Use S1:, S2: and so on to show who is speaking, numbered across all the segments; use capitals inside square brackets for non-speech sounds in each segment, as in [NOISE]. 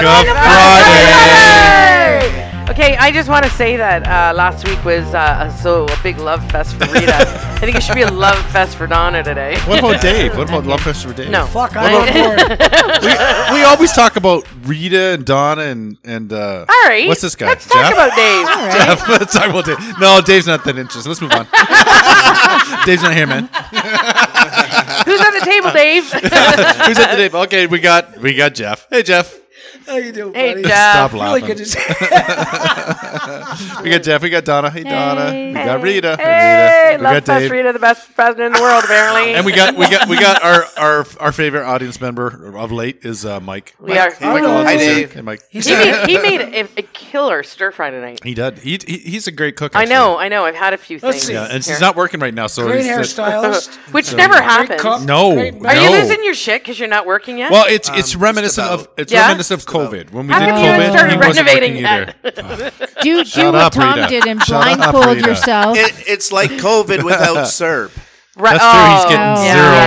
S1: Cup
S2: Friday!
S1: Okay, I just want to say that uh, last week was uh, a- so a big love fest
S2: [LAUGHS]
S1: for Rita. I think it should be a love fest for Donna today.
S2: What about Dave? What about Love Fest for Dave?
S1: [LAUGHS] No.
S3: Fuck,
S1: I-
S3: I'm on board.
S2: We, we always talk about Rita and Donna and and uh,
S1: [LAUGHS] All right.
S2: What's this guy?
S1: Let's talk
S2: Jeff?
S1: about Dave.
S2: Jeff. [LAUGHS] Let's talk about Dave. No, Dave's not that interesting. Let's move
S1: [LAUGHS]
S2: on. Dave's not here, man. [LAUGHS]
S1: Who's at the table, Dave?
S2: Who's at the Dave? Okay, we got we got Jeff. Hey, Jeff.
S3: How you doing,
S1: Hey,
S3: buddy?
S1: Jeff.
S2: Stop
S3: Really
S2: laughing.
S3: good
S2: [LAUGHS]
S3: to see
S2: we got Jeff. We got Donna. Hey, Donna. We got Rita.
S1: [LAUGHS] hey,
S2: Rita. We
S1: love
S2: got
S1: fest
S2: Dave.
S1: Rita, the best president in the world, apparently.
S2: And we got we got we got our our our favorite audience member of late is uh, Mike.
S1: We are.
S2: Mike
S3: Hello.
S2: Alonso's
S3: Hi,
S2: here.
S4: Dave.
S2: Hey, Mike.
S1: He made, he made a, a killer stir fry tonight.
S2: He did. He, he he's a great cook.
S1: I
S2: actually.
S1: know, I know. I've had a few
S3: Let's
S1: things.
S3: see.
S2: Yeah, and
S1: here. Uh-huh.
S2: she's not working right now, so
S3: Great
S2: he's-
S3: hairstylist.
S1: Which
S2: so-
S1: never
S2: Great
S1: happens.
S3: cup.
S2: No,
S3: Great
S2: no.
S1: Are you
S3: No.
S1: losing your shit because you're not working yet?
S2: Well, it's it's
S4: Um,
S2: reminiscent
S4: just
S2: of
S4: about.
S2: it's
S1: Yeah?
S2: reminiscent of COVID when we
S1: How
S2: did
S1: come you
S2: COVID.
S1: haven't started
S2: he wasn't
S1: renovating
S2: working
S1: yet?
S2: either.
S5: Do do
S2: Shut
S5: what
S2: up,
S5: Tom
S2: Rita.
S5: did and
S2: Shut up,
S5: blindfold
S2: Rita.
S5: yourself.
S4: [LAUGHS] It, it's like COVID
S2: [LAUGHS]
S4: without syrup.
S1: Right-
S2: That's true. He's
S1: oh,
S2: getting
S5: Oh,
S2: zero
S5: yeah,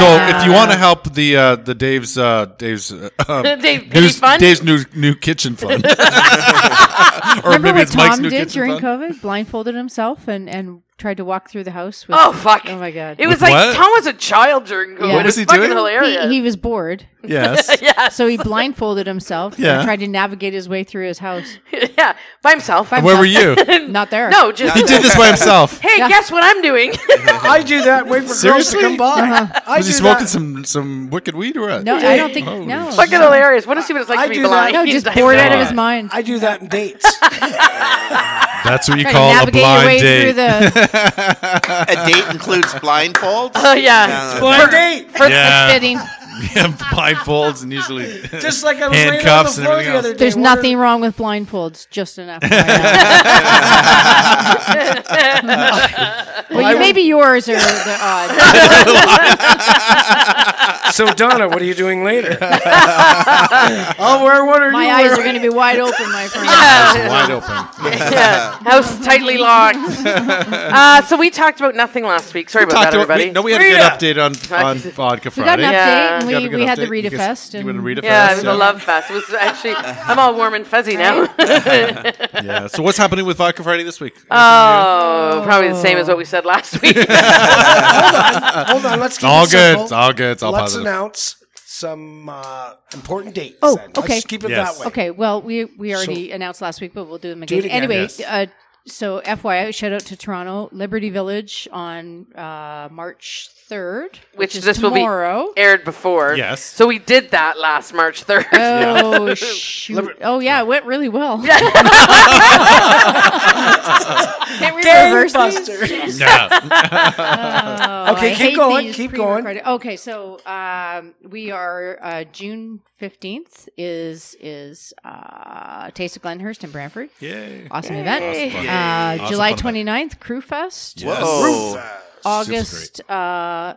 S5: that's
S2: dollars. So
S4: not
S5: good.
S2: if you
S1: [LAUGHS]
S2: want to help the uh, the Dave's uh, Dave's uh, um,
S1: Dave, any
S2: news,
S1: fun?
S2: Dave's new new kitchen
S1: [LAUGHS]
S2: fund, or
S5: Remember
S2: maybe
S5: what
S2: it's Mike's
S5: Tom
S2: new
S5: did
S2: kitchen
S5: during
S2: fund.
S5: COVID? Blindfolded himself and and tried to walk through the house. With,
S1: Oh fuck!
S5: Oh my god.
S1: It was
S2: With
S1: like
S2: what?
S1: Tom was a child during COVID.
S5: What
S1: It
S2: was he
S1: fucking
S2: doing?
S1: Hilarious.
S5: he, he was bored, [LAUGHS]
S2: Yes,
S1: yes.
S5: so he blindfolded himself
S2: Yeah.
S5: and tried to navigate his way through his house.
S1: [LAUGHS] yeah. By himself.
S5: By
S2: where were
S1: [LAUGHS]
S5: [LAUGHS]
S2: you?
S5: Not there.
S1: No, just
S2: He did this by himself.
S1: [LAUGHS] hey,
S5: Yeah.
S1: guess what I'm doing? [LAUGHS]
S3: I do that. Wait for
S2: Seriously?
S3: girls to come by.
S5: Uh-huh.
S3: I
S2: Was he
S3: do
S2: smoking
S3: that.
S2: some some wicked weed or what?
S5: no, I don't think.
S2: Holy
S5: No,
S1: fucking hilarious. What to see what it's like
S3: I
S1: to be
S3: do that.
S1: blind.
S5: no,
S1: He's
S5: just
S1: like,
S5: bored out of
S2: God.
S5: his mind.
S3: I do that in
S5: [LAUGHS]
S3: dates.
S2: That's what you
S5: Trying to
S2: call a
S5: navigate your way
S2: blind
S5: through
S2: date.
S5: the
S4: A date includes blindfolds.
S1: Oh [LAUGHS] yeah.
S4: No, no,
S3: Blind date.
S2: yeah,
S1: [LAUGHS]
S2: [LAUGHS]
S5: fitting.
S2: yeah, blindfolds and
S5: [LAUGHS]
S2: usually
S3: Just like I was laying on the
S2: Handcuffs and
S3: floor the
S2: everything
S3: other day.
S5: There's
S3: wondering-
S5: nothing wrong with blindfolds,
S2: [LAUGHS]
S5: just enough. well, you, maybe yours are the odd.
S1: [LAUGHS]
S3: So Donna, what are you
S2: [LAUGHS]
S3: doing later? [LAUGHS] I'll wear what are
S5: My
S3: you
S5: eyes are
S3: wearing?
S5: going to be wide open, my friend.
S2: it's wide open.
S1: yeah. House
S2: [LAUGHS]
S1: tightly locked. Uh, so we talked about nothing last week. Sorry about
S2: Talked
S1: that,
S2: about-
S1: everybody.
S2: we- no, we had a good update on on
S1: Right.
S2: Vodka
S5: We got
S2: Friday.
S5: an update,
S1: Yeah.
S5: and
S2: Got a
S5: we,
S2: good
S5: we had the
S2: update.
S5: Rita
S2: You guys-
S5: Fest.
S2: you
S5: And
S2: went to Rita
S1: yeah, it
S2: Fest,
S1: was a love fest. It was
S2: [LAUGHS]
S1: actually I'm all warm and fuzzy now.
S2: Yeah. So what's happening with Vodka Friday this week?
S1: [LAUGHS] Oh, probably the same as what we said
S2: [LAUGHS]
S1: last week.
S3: Hold on, let's
S2: it's
S3: keep
S2: all
S3: it
S2: good.
S3: simple.
S2: It's all good. It's all
S3: let's
S2: positive.
S3: announce some uh, important dates.
S5: Oh,
S3: then.
S5: okay.
S3: Let's keep it
S2: Yes.
S3: that way.
S5: Okay, well, we we already announced last week, but we'll do them again.
S3: it again.
S5: Anyway,
S2: Yes.
S5: uh, so FYI, shout out to Toronto Liberty Village on uh, March third,
S1: Which
S5: which, is
S1: this will be-
S5: tomorrow.
S1: Aired before.
S2: Yes.
S1: So we did that last March third. [LAUGHS]
S5: Oh shoot! oh yeah, it went really well. [LAUGHS] Can't we reverse these?
S3: Gangbuster.
S2: Yeah. [LAUGHS]
S5: [LAUGHS] Oh,
S3: Okay,
S5: I
S3: keep
S5: hate
S3: going,
S5: these
S3: keep going.
S5: pre-recorded- Okay, so um, we are uh, June fifteenth is is uh, Taste of Glenhurst in Branford.
S2: Yay.
S5: Awesome
S1: Yay.
S5: event.
S2: Awesome.
S5: Uh,
S2: Awesome
S5: July
S2: fun event.
S5: 29th, Crew Fest.
S2: Yes.
S4: Whoa.
S2: Oh.
S5: August, uh,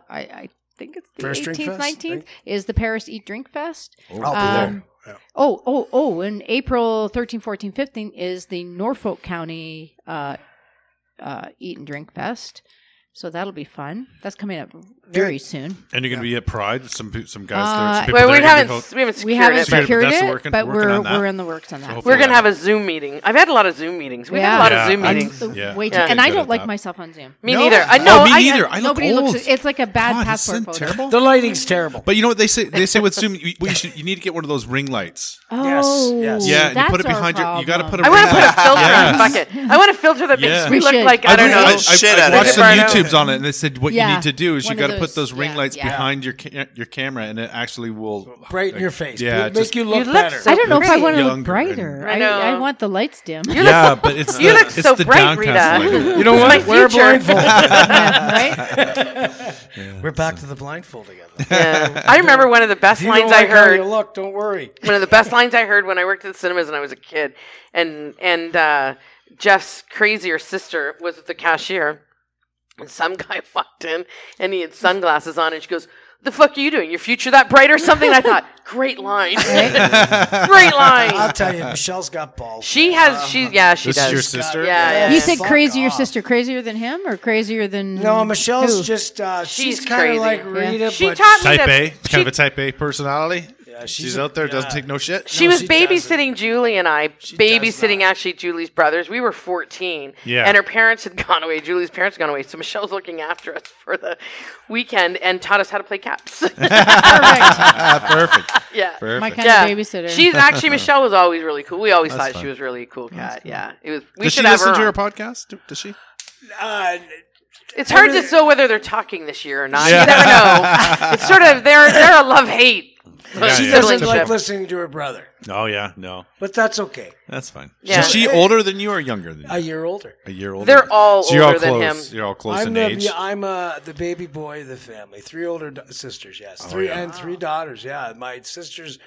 S5: I, I think it's the
S3: Paris Drink
S5: 18th,
S3: Fest,
S5: 19th,
S3: right?
S5: is the Paris Eat Drink Fest.
S3: I'll be there.
S5: Um, Oh, oh, oh, and April 13, 14, 15 is the Norfolk County uh, uh, Eat and Drink Fest. So that'll be fun. That's coming up very soon.
S2: And you're gonna be at Pride. Some pe- some guys there.
S5: Uh,
S2: Some people
S1: Well, we
S2: there.
S1: haven't
S2: People-
S1: we haven't secured
S5: We haven't
S1: it, but
S2: Secured it, but
S5: secured
S2: that's
S5: it,
S2: working-
S5: but
S2: working
S5: we're
S2: on that.
S5: we're in the works on that.
S2: hopefully-
S1: we're gonna have a Zoom meeting. I've had a lot of Zoom meetings. We've had a lot
S5: Yeah.
S1: of Zoom
S2: Yeah, I'm-
S1: meetings.
S5: I'm
S2: Yeah.
S5: way too-
S1: Yeah.
S5: and I
S2: Good
S5: don't
S2: at
S5: like
S2: that.
S5: myself on Zoom.
S1: Me
S2: No.
S1: neither. I
S2: Oh,
S1: know.
S2: me
S1: I,
S2: neither. I look
S5: Nobody
S2: old.
S5: looks. It's like a bad
S2: God,
S5: passport
S2: isn't
S5: photo.
S2: it terrible?
S3: The lighting's terrible.
S2: But you know what they say? They say with Zoom, you, what you, should, you need to get one of those ring lights.
S5: Oh,
S3: yes.
S2: Yeah, and you put it
S5: that's our
S2: behind your. You got to put
S5: problem.
S2: a.
S1: I
S2: ring
S1: want to put a
S2: light.
S1: filter
S2: Yes.
S1: in. Fuck it. I want a filter that makes
S2: Yeah.
S1: me
S5: We
S1: look
S5: should.
S1: like I don't
S2: I,
S1: know.
S4: I- Shit out of
S2: watched
S4: it.
S2: some
S1: Burn out.
S2: YouTubes on it, and they said what
S5: Yeah.
S2: you need to do is
S5: One
S2: you
S5: of
S2: got to put
S5: those-
S2: those ring
S5: yeah,
S2: lights
S5: yeah.
S2: behind your ca- your camera, and it actually will
S3: Brighten your face.
S2: Yeah,
S3: It'll make
S2: just-
S3: you look,
S1: look
S3: better.
S1: so-
S5: I don't know if I
S1: Pretty.
S5: want to look
S2: Younger
S5: brighter.
S1: I
S5: I,
S1: know.
S5: I want the lights dim.
S1: You look
S2: yeah, but it's
S1: you
S2: the,
S1: look
S2: it's
S1: so
S2: the
S1: bright,
S2: downcast
S1: Rita.
S2: light.
S3: You know
S1: It's
S3: what?
S1: my
S3: Wear a
S1: future. [LAUGHS]
S3: blindfold. [LAUGHS]
S5: right?
S3: We're back to the blindfold again.
S2: [LAUGHS]
S1: Yeah. I remember one of the best
S3: If you
S1: lines
S3: don't
S1: I
S3: like how
S1: heard.
S3: you look, don't worry.
S1: one of the best lines I heard when I worked at the cinemas and I was a kid, and and uh, Jeff's crazier sister was the cashier, and some guy [LAUGHS] walked in and he had sunglasses on, and she goes, "The fuck are you doing? Your future that bright or something?" And I
S3: [LAUGHS]
S1: thought, great
S2: [LAUGHS]
S1: line, [LAUGHS] great
S3: I'll
S1: line.
S3: tell you, Michelle's got balls. Uh,
S1: She has, she yeah, she
S2: This
S1: does.
S2: is your sister.
S1: Yeah, yeah.
S5: You said
S3: Fuck
S5: crazy your
S3: off.
S5: sister, crazier than him or crazier than
S3: No, Michelle's
S5: who?
S3: just uh, she's,
S1: She's
S3: kind
S1: crazy.
S3: of like
S1: Yeah.
S3: Rita,
S1: she
S3: but
S1: taught me
S2: Type
S1: that
S2: A,
S1: she-
S2: kind of a type A personality.
S3: Yeah,
S2: She's, out there, doesn't take no
S1: [LAUGHS]
S2: shit.
S1: She
S3: No,
S1: was
S3: she
S1: babysitting Julie and I,
S3: She does
S1: babysitting
S3: not.
S1: actually Julie's brothers. We were 14.
S2: Yeah.
S1: And her parents had gone away. Julie's parents had gone away. So Michelle's looking after us for the weekend and taught us how to play [LAUGHS]
S2: [LAUGHS]
S1: caps.
S2: Perfect.
S1: yeah.
S2: Perfect.
S5: My kind
S1: Yeah.
S5: of
S2: [LAUGHS]
S5: babysitter.
S1: She's actually Michelle was always really cool. We always
S2: That's
S1: thought
S2: fun.
S1: she was really a cool cat.
S2: cool.
S1: Yeah, it was. We
S2: Does she
S1: should have her.
S2: listen to her
S1: on.
S2: podcast? Do- Does she?
S3: Uh,
S1: It's hard to
S3: Every-
S1: know whether they're talking this year or not.
S2: Yeah.
S1: You
S2: [LAUGHS]
S1: never know. It's sort of they're they're a love hate.
S2: Yeah,
S3: she
S2: yeah.
S3: doesn't
S1: Siblingship.
S3: like listening to her brother,
S2: Oh yeah, no,
S3: but that's okay.
S2: that's fine.
S1: Yeah.
S2: Is she older than you or younger than you?
S3: A year older.
S2: a year older.
S1: They're all
S2: so you're all
S1: older than him.
S2: close. You're all close
S3: I'm
S2: in
S3: the,
S2: age.
S3: yeah, I'm uh, the baby boy of the family. Three older da- sisters, yes.
S2: Oh,
S3: three
S2: yeah.
S3: and three daughters, yeah. My sisters,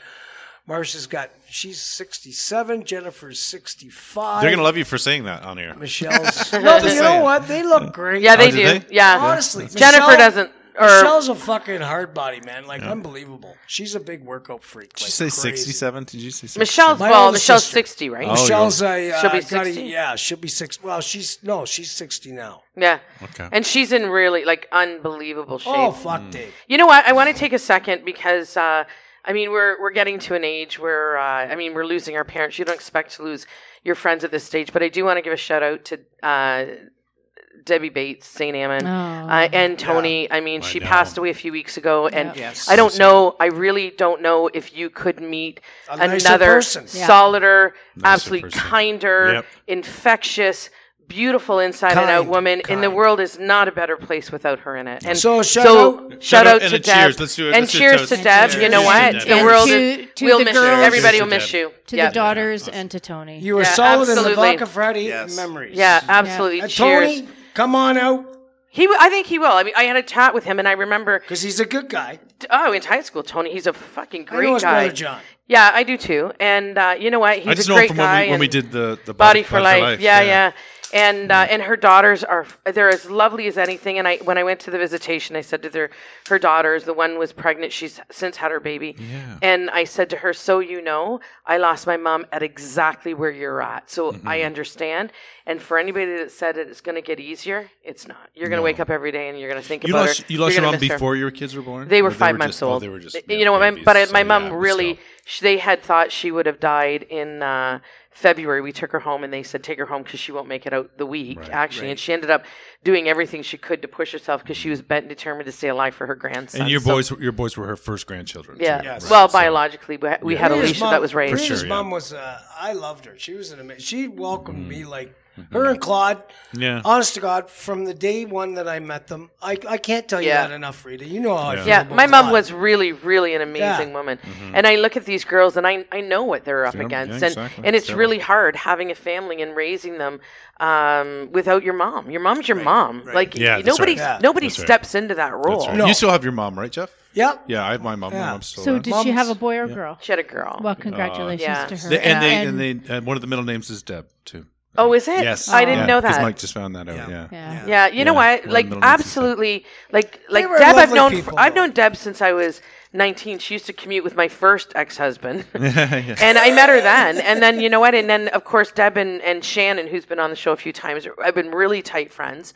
S3: Marcia's got, she's 67, Jennifer's 65.
S2: They're gonna love you for saying that on air.
S3: [LAUGHS] Michelle's. no, but you know
S2: saying.
S3: what? They look great.
S1: Yeah, they
S2: Oh,
S1: do.
S2: did they?
S1: Yeah,
S3: Honestly,
S1: Jennifer
S3: Michelle-
S1: doesn't. Or
S3: Michelle's a fucking hard body, man. Like,
S2: Yeah.
S3: unbelievable. She's a big workout freak.
S2: Did
S3: like
S2: you say
S3: crazy.
S2: sixty-seven? Did you say 60?
S1: Michelle's
S3: My
S1: well,
S3: older
S1: Michelle's
S3: sister.
S1: sixty, right?
S2: Oh.
S3: Michelle's a. Uh,
S1: She'll be
S3: got a-
S1: 60?
S3: Yeah, she'll be six. Well, she's, no, she's 60 now.
S1: Yeah,
S2: Okay.
S1: and she's in really like unbelievable shape.
S3: Oh,
S2: Hmm.
S3: fuck, Dave.
S1: You know what? I want to take a second because uh, I mean we're we're getting to an age where uh, I mean we're losing our parents. You don't expect to lose your friends at this stage, but I do want to give a shout out to uh, Debbie Bates, St. Ammon,
S5: Oh.
S1: uh, and Tony. I mean,
S2: I
S1: she
S2: know.
S1: passed away a few weeks ago, and
S3: Yes.
S1: I don't know. I really don't know if you could meet
S3: A nicer
S1: another
S3: person.
S5: Yeah.
S1: solider,
S2: Nicer
S1: absolutely
S2: person.
S1: kinder,
S2: Yep.
S1: infectious, beautiful inside and out
S3: Kind,
S1: woman. And the
S3: kind.
S1: world is not a better place without her in it. And
S3: So, shout
S1: so
S3: out-
S1: shout, out,
S2: and
S1: to
S2: a
S1: Deb.
S2: cheers. Let's do it.
S1: And
S2: Let's do a
S1: cheers
S2: toast.
S1: to Deb.
S3: Cheers
S1: You know
S3: to
S1: what?
S2: Deb.
S1: The world
S5: to,
S1: is.
S5: to
S1: we'll
S5: the
S1: miss
S5: girls,
S1: you. Everybody
S2: Cheers
S1: will
S2: to
S1: miss
S2: Deb.
S1: you.
S5: to
S1: yeah.
S5: the daughters
S2: Awesome.
S5: and to Tony.
S3: You were
S1: Yeah,
S3: solid in the
S1: absolutely.
S3: Vodka Friday
S4: Yes.
S3: memories.
S1: Yeah, absolutely.
S3: And
S1: Cheers.
S3: Tony, come on out
S1: He, w- I think he will. I mean, I had a chat with him, and I remember.
S3: because he's a good guy.
S1: Oh, in high school, Tony, he's a fucking
S3: I know
S1: great
S3: his
S1: guy.
S3: brother John.
S1: Yeah, I do too. And uh, you know what? He's
S2: I just
S1: a
S2: know him
S1: great
S2: from
S1: guy.
S2: when we, when we
S1: and-
S2: did the the
S1: Body for life. Yeah, yeah. And uh, and her daughters are they're as lovely as anything. And I when I went to the visitation, I said to their her daughters, the one was pregnant. She's since had her baby.
S2: Yeah.
S1: And I said to her, "So you know, I lost my mom at exactly where you're at. So
S2: Mm-hmm.
S1: I understand. And for anybody that said it, it's going to get easier. It's not. You're going to
S2: No.
S1: wake up every day and you're going to think
S2: You
S1: about
S2: lost
S1: her.
S2: you lost
S1: You're
S2: your
S1: gonna
S2: mom
S1: miss her.
S2: before your kids were born.
S1: They were
S2: Or
S1: five months
S2: just- oh,
S1: old.
S2: they were just
S1: you know, what? my,
S2: babies,
S1: but I,
S2: so
S1: my
S2: yeah,
S1: mom
S2: it was
S1: really,
S2: tough.
S1: she, they had thought she would have died in uh, February. We took her home, and they said take her home because she won't make it out the week
S2: Right.
S1: actually. And she ended up doing everything she could to push herself because she was bent and determined to stay alive for her grandson.
S2: And your
S1: So-
S2: boys were- your boys were her first grandchildren. too,
S1: yeah.
S2: right?
S1: Well,
S2: So-
S1: biologically, we, we had
S3: Rita's
S1: Alicia
S3: mom-
S1: that was raised.
S2: For
S3: Rita's
S2: sure, yeah. Mm-hmm.
S3: mom was. Uh, I loved her. She was an amazing. She welcomed me like her and Claude.
S2: Yeah.
S3: Honest to God, from the day one that I met them, I, I can't tell you
S1: Yeah.
S3: that enough, Rita. You know how I
S2: Yeah.
S3: feel.
S1: Yeah,
S3: about
S1: my mom
S3: Claude.
S1: was really, really an amazing
S3: Yeah.
S1: woman, and I look at these girls and I, I know what they're up
S2: Mm-hmm. Yeah, yeah,
S1: against, and
S2: exactly.
S1: and it's
S2: Sure.
S1: really hard having a family and raising them um, without your mom. Your mom's your mom. Like
S2: Yeah, that's
S1: nobody,
S2: right.
S3: Yeah.
S1: nobody
S2: That's right.
S1: steps into that role.
S2: That's right.
S3: No.
S2: You still have your mom, right, Jeff?
S3: Yep.
S2: Yeah, I have my mom.
S3: Yeah.
S2: My mom's still
S5: so
S2: around.
S5: did she have a
S3: Mom's-
S5: boy or girl?
S1: She had a girl.
S5: Well, congratulations
S1: yeah.
S5: to her.
S2: They- Uh, and they and, they and one of the middle names is Deb too.
S1: oh, is it?
S2: Yes,
S1: I didn't
S2: yeah,
S1: know
S2: 'cause
S1: that.
S2: Mike just found that out.
S3: Yeah.
S2: Yeah,
S5: yeah.
S1: yeah, you know
S2: Yeah,
S1: what?
S2: we're in
S1: Like
S2: the middle of the
S1: absolutely, like like
S3: were
S1: Deb. I've
S3: lovely
S1: known
S3: people,
S1: I've
S3: though.
S1: known Deb since I was 19. She used to commute with my first ex-husband. [LAUGHS]
S2: [LAUGHS] yeah.
S1: and I met her then. And then you know what? And then of course Deb and, and Shannon, who's been on the show a few times, I've been really tight friends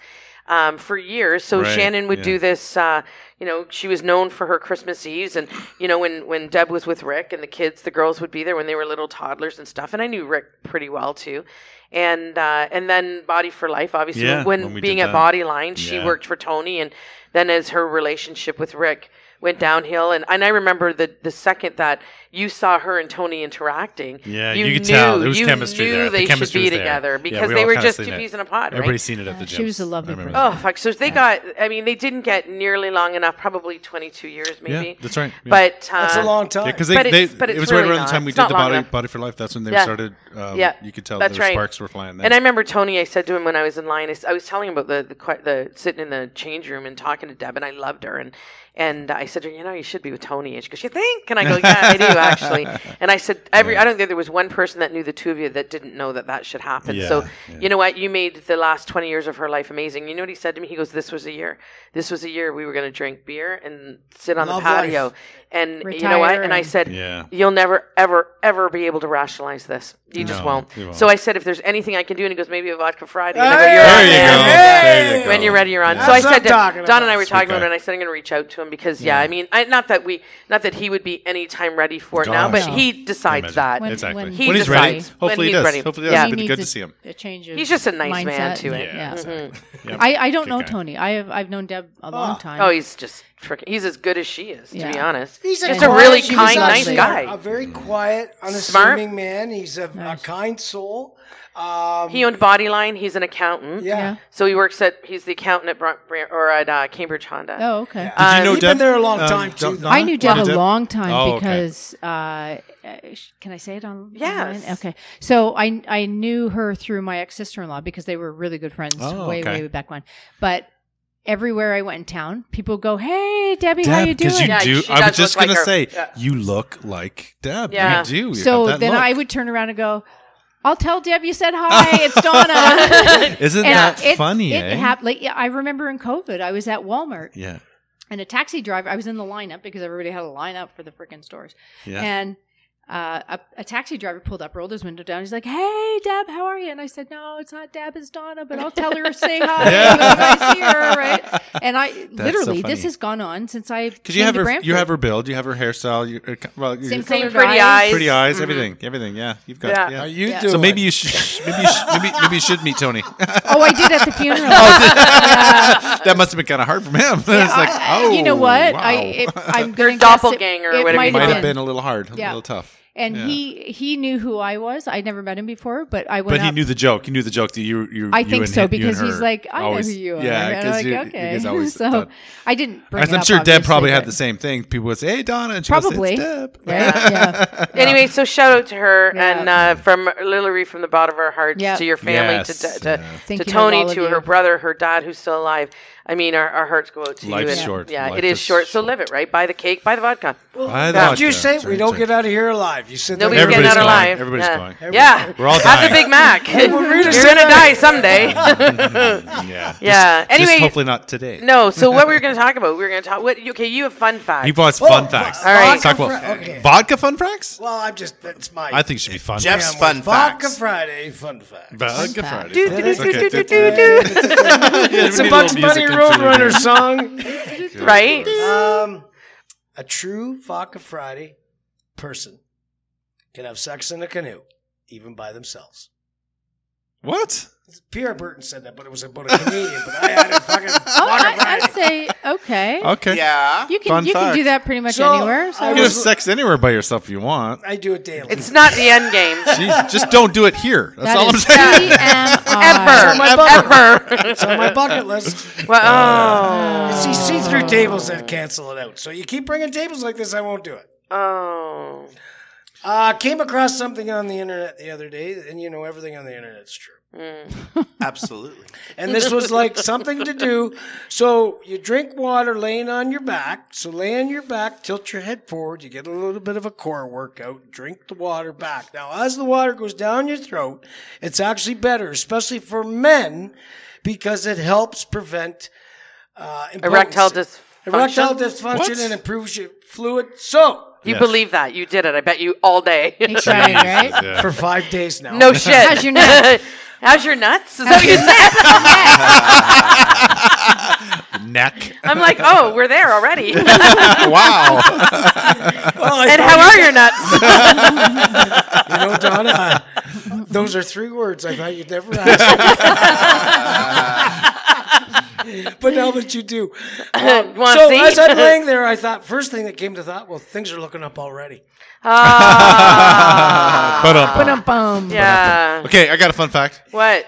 S1: um, for years. So
S2: Right,
S1: Shannon would
S2: yeah.
S1: do this. Uh, you know, she was known for her Christmas Eves, and you know when when Deb was with Rick and the kids, the girls would be there when they were little toddlers and stuff. And I knew Rick pretty well too. And uh, and then Body for Life, obviously,
S2: Yeah,
S1: when,
S2: when we
S1: being
S2: did
S1: at
S2: that.
S1: Body Line, she
S2: Yeah.
S1: worked for Tony, and then as her relationship with Rick went downhill, and, and I remember the the second that you saw her and Tony interacting,
S2: Yeah,
S1: you,
S2: you could
S1: knew,
S2: tell. There was
S1: you
S2: chemistry
S1: knew
S2: there. The
S1: they
S2: chemistry
S1: should
S2: was
S1: be
S2: there.
S1: together
S2: Yeah,
S1: because
S2: we
S1: they
S2: all
S1: were
S2: kinda
S1: just
S2: seen
S1: two
S2: it.
S1: peas in a pod, right?
S2: Everybody's seen it at the gym.
S5: She was a lovely
S2: I remember
S5: person.
S2: that.
S1: Oh fuck! So they got. I mean, they didn't get nearly long enough. Probably twenty-two years, maybe.
S2: Yeah, that's right. Yeah.
S1: But uh,
S3: That's a long time.
S2: Yeah, because
S1: But
S2: they, they
S1: it's- but
S2: it
S1: it's
S2: was
S1: really
S2: right around
S1: not.
S2: the time we
S1: It's
S2: did
S1: not
S2: the
S1: long
S2: body,
S1: enough.
S2: body for life. That's when they
S1: Yeah.
S2: started. Um,
S1: Yeah.
S2: you could tell
S1: That's
S2: there was
S1: right.
S2: sparks were flying. Then.
S1: And I remember Tony. I said to him when I was in line. I, s- I was telling him about the, the que- the sitting in the change room and talking to Deb, and I loved her. And and I said to her, you know, you should be with Tony. And she goes, you think? And I go, yeah,
S2: [LAUGHS]
S1: I do actually. And I said, every I don't think there was one person that knew the two of you that didn't know that that should happen.
S2: Yeah,
S1: so
S2: yeah.
S1: you know what? You made the last twenty years of her life amazing. You know what he said to me? He goes, this was a year. This was a year we were going to drink beer and sit on
S3: Love
S1: the patio.
S3: life.
S1: And you know what?
S5: Retire
S1: And I
S5: and-
S1: said,
S2: yeah.
S1: you'll never ever ever be able to rationalize this you just
S2: No,
S1: won't.
S2: you won't.
S1: so i said if there's anything i can do and he goes maybe a vodka friday and I go,
S3: Hey!
S1: you're
S2: There
S1: on,
S2: you
S1: man.
S2: go. There you
S3: Hey!
S2: go.
S1: when you're ready you're on
S2: Yeah.
S1: so i
S3: That's what
S1: said
S3: I'm
S1: to,
S3: talking
S1: don
S3: about.
S1: and i were talking
S2: Okay.
S1: about it and i said i'm going to reach out to him him because yeah,
S2: Yeah.
S1: I mean, I, not that we, not that he would be anytime ready for it now, but
S5: Gosh.
S1: he decides
S2: Imagine.
S1: that.
S5: When-
S2: exactly.
S5: when
S2: When,
S1: he
S2: he's ready,
S1: decides.
S2: hopefully
S1: When
S2: he
S1: he's
S2: does.
S1: ready.
S2: Hopefully,
S1: Yeah.
S2: yeah,
S1: He
S2: it's been
S5: needs
S2: good
S5: to-
S2: to see him.
S5: A change of
S1: He's just a nice man Mm-hmm.
S5: mindset
S1: to
S5: and-
S1: it.
S2: Yeah,
S5: yeah.
S2: exactly. Yeah.
S5: I, I don't
S2: Good
S5: know
S2: guy.
S5: Tony. I have I've known Deb a long
S3: Ah.
S4: Oh.
S5: time.
S1: Oh, he's just frickin' He's as good as she is, to be
S5: Yeah.
S1: honest.
S3: He's
S5: Just
S1: a
S3: quiet-
S1: really
S3: he's
S5: kind, nice
S3: actually
S1: guy.
S3: A, a very
S2: Mm-hmm.
S3: quiet, unassuming man. He's a,
S5: Nice.
S3: a kind soul. Um,
S1: He owned Bodyline. He's an accountant.
S3: yeah.
S1: So he works at. He's the accountant at Bron- Bran- or at uh, Cambridge Honda.
S5: Oh, okay.
S3: Yeah.
S2: Did you
S1: Uh,
S2: know
S3: he'd
S2: Deb?
S3: been there a long
S2: Um,
S3: time,
S2: Don-
S3: too, though.
S5: I knew Deb
S2: Did
S5: a
S2: Deb?
S5: long time
S2: Oh, okay.
S5: because uh, uh, sh- can I say it on?
S1: Yes.
S5: online? Okay. So I I knew her through my ex sister in law because they were really good friends
S2: Oh,
S5: way
S2: okay.
S5: way back when. But everywhere I went in town, people go, "Hey, Debbie, how you
S2: because
S5: doing?"
S2: you
S1: Yeah,
S2: do.
S1: she
S2: I
S1: does
S2: was just
S1: look
S2: gonna
S1: like
S2: say,
S1: her. Yeah.
S2: you look like Deb.
S1: Yeah.
S2: You do. You
S5: so
S2: have that
S5: then
S2: look.
S5: I would turn around and go, "I'll tell Deb you said
S2: [LAUGHS]
S5: hi. It's
S1: [LAUGHS]
S5: [LAUGHS] Donna."
S2: Isn't
S5: And
S2: that
S5: it-
S2: funny?
S5: It
S2: eh?
S5: hap- like, yeah, I remember in COVID, I was at Walmart
S2: Yeah.
S5: and a taxi driver. I was in the lineup because everybody had a lineup for the freaking stores.
S2: Yeah.
S5: And uh, a, a taxi driver pulled up, rolled his window down. He's like, "Hey, Deb, how are you?" And I said, "No, it's not Deb, it's Donna, but I'll tell her to say
S2: [LAUGHS]
S5: hi
S2: Yeah.
S5: when I see her."
S2: [LAUGHS]
S5: Right? And I
S2: funny.
S5: literally, this has gone on since I
S2: Because you have
S5: to
S2: her,
S5: Brantford.
S2: you have her build, you have her hairstyle, you, uh, well, you-
S5: Same Mm-hmm.
S2: pretty
S5: colored
S1: pretty
S5: eyes.
S1: eyes.
S2: eyes,
S1: Mhm.
S2: everything, everything. Yeah, you've got.
S1: Yeah.
S2: Yeah.
S3: Are you
S5: Yeah.
S3: doing?
S2: So maybe you should, maybe you should, maybe, maybe you should meet
S5: [LAUGHS]
S2: Tony. [LAUGHS]
S5: Oh, I did at the funeral.
S2: Oh, that must have been kind of hard for him. [LAUGHS] it's
S5: Yeah,
S2: like,
S5: I-
S2: oh,
S5: you know what?
S2: Wow.
S5: I, it,
S2: [LAUGHS]
S5: I'm
S1: Your
S5: gonna guess it-
S1: doppelganger or
S5: it
S1: whatever
S5: might
S1: you
S2: might
S1: call
S2: have
S1: it.
S2: been a little hard,
S5: Yeah.
S2: a little tough.
S5: and
S2: Yeah.
S5: he he knew who I was. I'd never met him before, but I went.
S2: But he
S5: up-
S2: knew the joke. He knew the joke that you, you.
S5: I
S2: you
S5: think
S2: and
S5: so
S2: him- you and
S5: because he's
S2: her
S5: like, I
S2: always-
S5: know who you are.
S2: Yeah,
S5: and I'm
S2: because
S5: like,
S2: you,
S5: okay.
S2: because always.
S5: [LAUGHS] so
S2: thought-
S5: I didn't bring.
S2: I'm
S5: it up,
S2: sure Deb
S5: obviously,
S2: probably had
S5: but-
S2: the same thing. People would say, "Hey, Donna," and she
S5: Probably.
S2: Goes, it's Deb. [LAUGHS]
S5: Yeah, yeah.
S1: Anyway, so shout out to her
S5: Yeah.
S1: and uh, from Lillery from the bottom of our hearts
S5: Yeah.
S1: to your family
S2: Yes,
S1: to, to,
S2: yeah.
S1: to
S5: Thinking of
S1: Tony,
S5: all of
S1: to
S5: you.
S1: her brother, her dad, who's still alive. I mean, our, our hearts go out to you.
S2: Life's
S1: and-
S2: short.
S1: Yeah,
S2: Life
S1: it is
S2: is
S1: short, So
S2: short.
S1: live it, right? Buy the cake, buy the vodka.
S2: Buy the
S3: What did
S2: vodka.
S3: you say?
S2: Sorry,
S3: We don't
S2: sorry.
S3: get out of here alive. You said that
S1: Nobody's
S2: Everybody's
S1: getting out
S2: gone.
S1: alive.
S2: Everybody's
S1: yeah.
S2: gone.
S1: Yeah.
S2: We're all
S1: Have
S2: dying.
S1: the Big
S2: [LAUGHS]
S1: Mac. You're
S3: we're
S1: going
S3: gonna
S1: to
S3: say that.
S1: die someday.
S2: yeah.
S1: [LAUGHS] yeah.
S2: Just
S1: Anyway,
S2: hopefully not today.
S1: no. So what we were going to talk about? We were going to talk. What? Okay, you have fun facts.
S2: You brought us
S3: Oh,
S2: fun
S3: vo-
S2: facts.
S1: all right.
S2: Let's talk
S3: Vodka
S2: about
S3: fr- okay.
S2: vodka fun facts.
S3: Well, I'm just that's my.
S2: I think it should be fun.
S4: Jeff's
S2: facts.
S3: jam
S4: fun
S3: was Vodka
S4: facts.
S3: Friday fun fact. [LAUGHS]
S2: Vodka
S5: Fun
S2: Friday.
S1: Do,
S2: fun
S1: do,
S2: facts.
S1: do, do,
S2: Okay.
S1: do, do, do.
S2: [LAUGHS]
S3: it's a
S2: need a
S3: Bugs
S2: little
S3: Bunny
S2: music
S3: Roadrunner
S2: into
S3: song.
S1: Right?
S3: [LAUGHS] Um, a true Vodka Friday person can have sex in a canoe, even by themselves.
S2: What?
S3: Pierre Burton said that, but it was about a Canadian. but I had a fucking Vodka
S5: [LAUGHS] Oh, I,
S3: Friday.
S5: I'd say
S2: [LAUGHS]
S5: okay.
S2: Okay.
S4: Yeah.
S5: You can
S2: Oh, Fun
S5: you can
S2: fact.
S5: do that pretty much
S3: So,
S5: anywhere.
S3: I
S5: So
S2: You can have sex anywhere by yourself if you want.
S3: I do it daily.
S1: It's not the
S2: [LAUGHS]
S1: end game.
S2: Jeez, just don't do it here. That's
S5: that
S2: all I'm
S5: is
S2: saying.
S5: TMI.
S1: Ever. Ever.
S3: It's on my Uh,
S2: [LAUGHS]
S3: bucket list.
S1: Well,
S3: It's
S1: oh.
S3: these see-through tables that cancel it out. So you keep bringing tables like this, I won't do it.
S1: Oh.
S3: Uh, came across something on the internet the other day, and you know everything on the internet's true.
S1: Mm.
S4: Absolutely.
S3: And this was like something to do. So you drink water laying on your back. So lay on your back, tilt your head forward. You get a little bit of a core workout. Drink the water back. Now, as the water goes down your throat, it's actually better, especially for men, because it helps prevent uh,
S1: Erectile
S3: impotency.
S1: dysfunction.
S3: erectile dysfunction
S2: What?
S3: and improves your fluid. So
S1: You
S2: Yes.
S1: believe that. You did it. I bet you all day.
S2: [LAUGHS]
S5: He tried, right?
S2: Jesus, yeah.
S3: for five days
S1: [LAUGHS]
S3: now. [LAUGHS]
S1: no shit.
S5: How's your nuts?
S1: [LAUGHS] How's your nuts? Is that what you
S2: [LAUGHS]
S1: said?
S2: Neck.
S1: [LAUGHS] I'm like, oh, we're there already. and
S2: wow.
S3: [LAUGHS] Well, Oh, I
S1: how
S3: thought
S1: are your nuts? [LAUGHS]
S3: you- You know, Donna, [LAUGHS] uh, those are three words I thought you'd never [LAUGHS] ask. but now that you do.
S1: you want to
S3: so
S1: see?
S3: as
S1: [LAUGHS]
S3: I'm laying there, I thought first thing that came to thought, well, things are looking up already.
S1: Ah.
S2: But, um,
S5: Ba-dum bum.
S1: yeah.
S2: okay, I got a fun fact.
S1: What?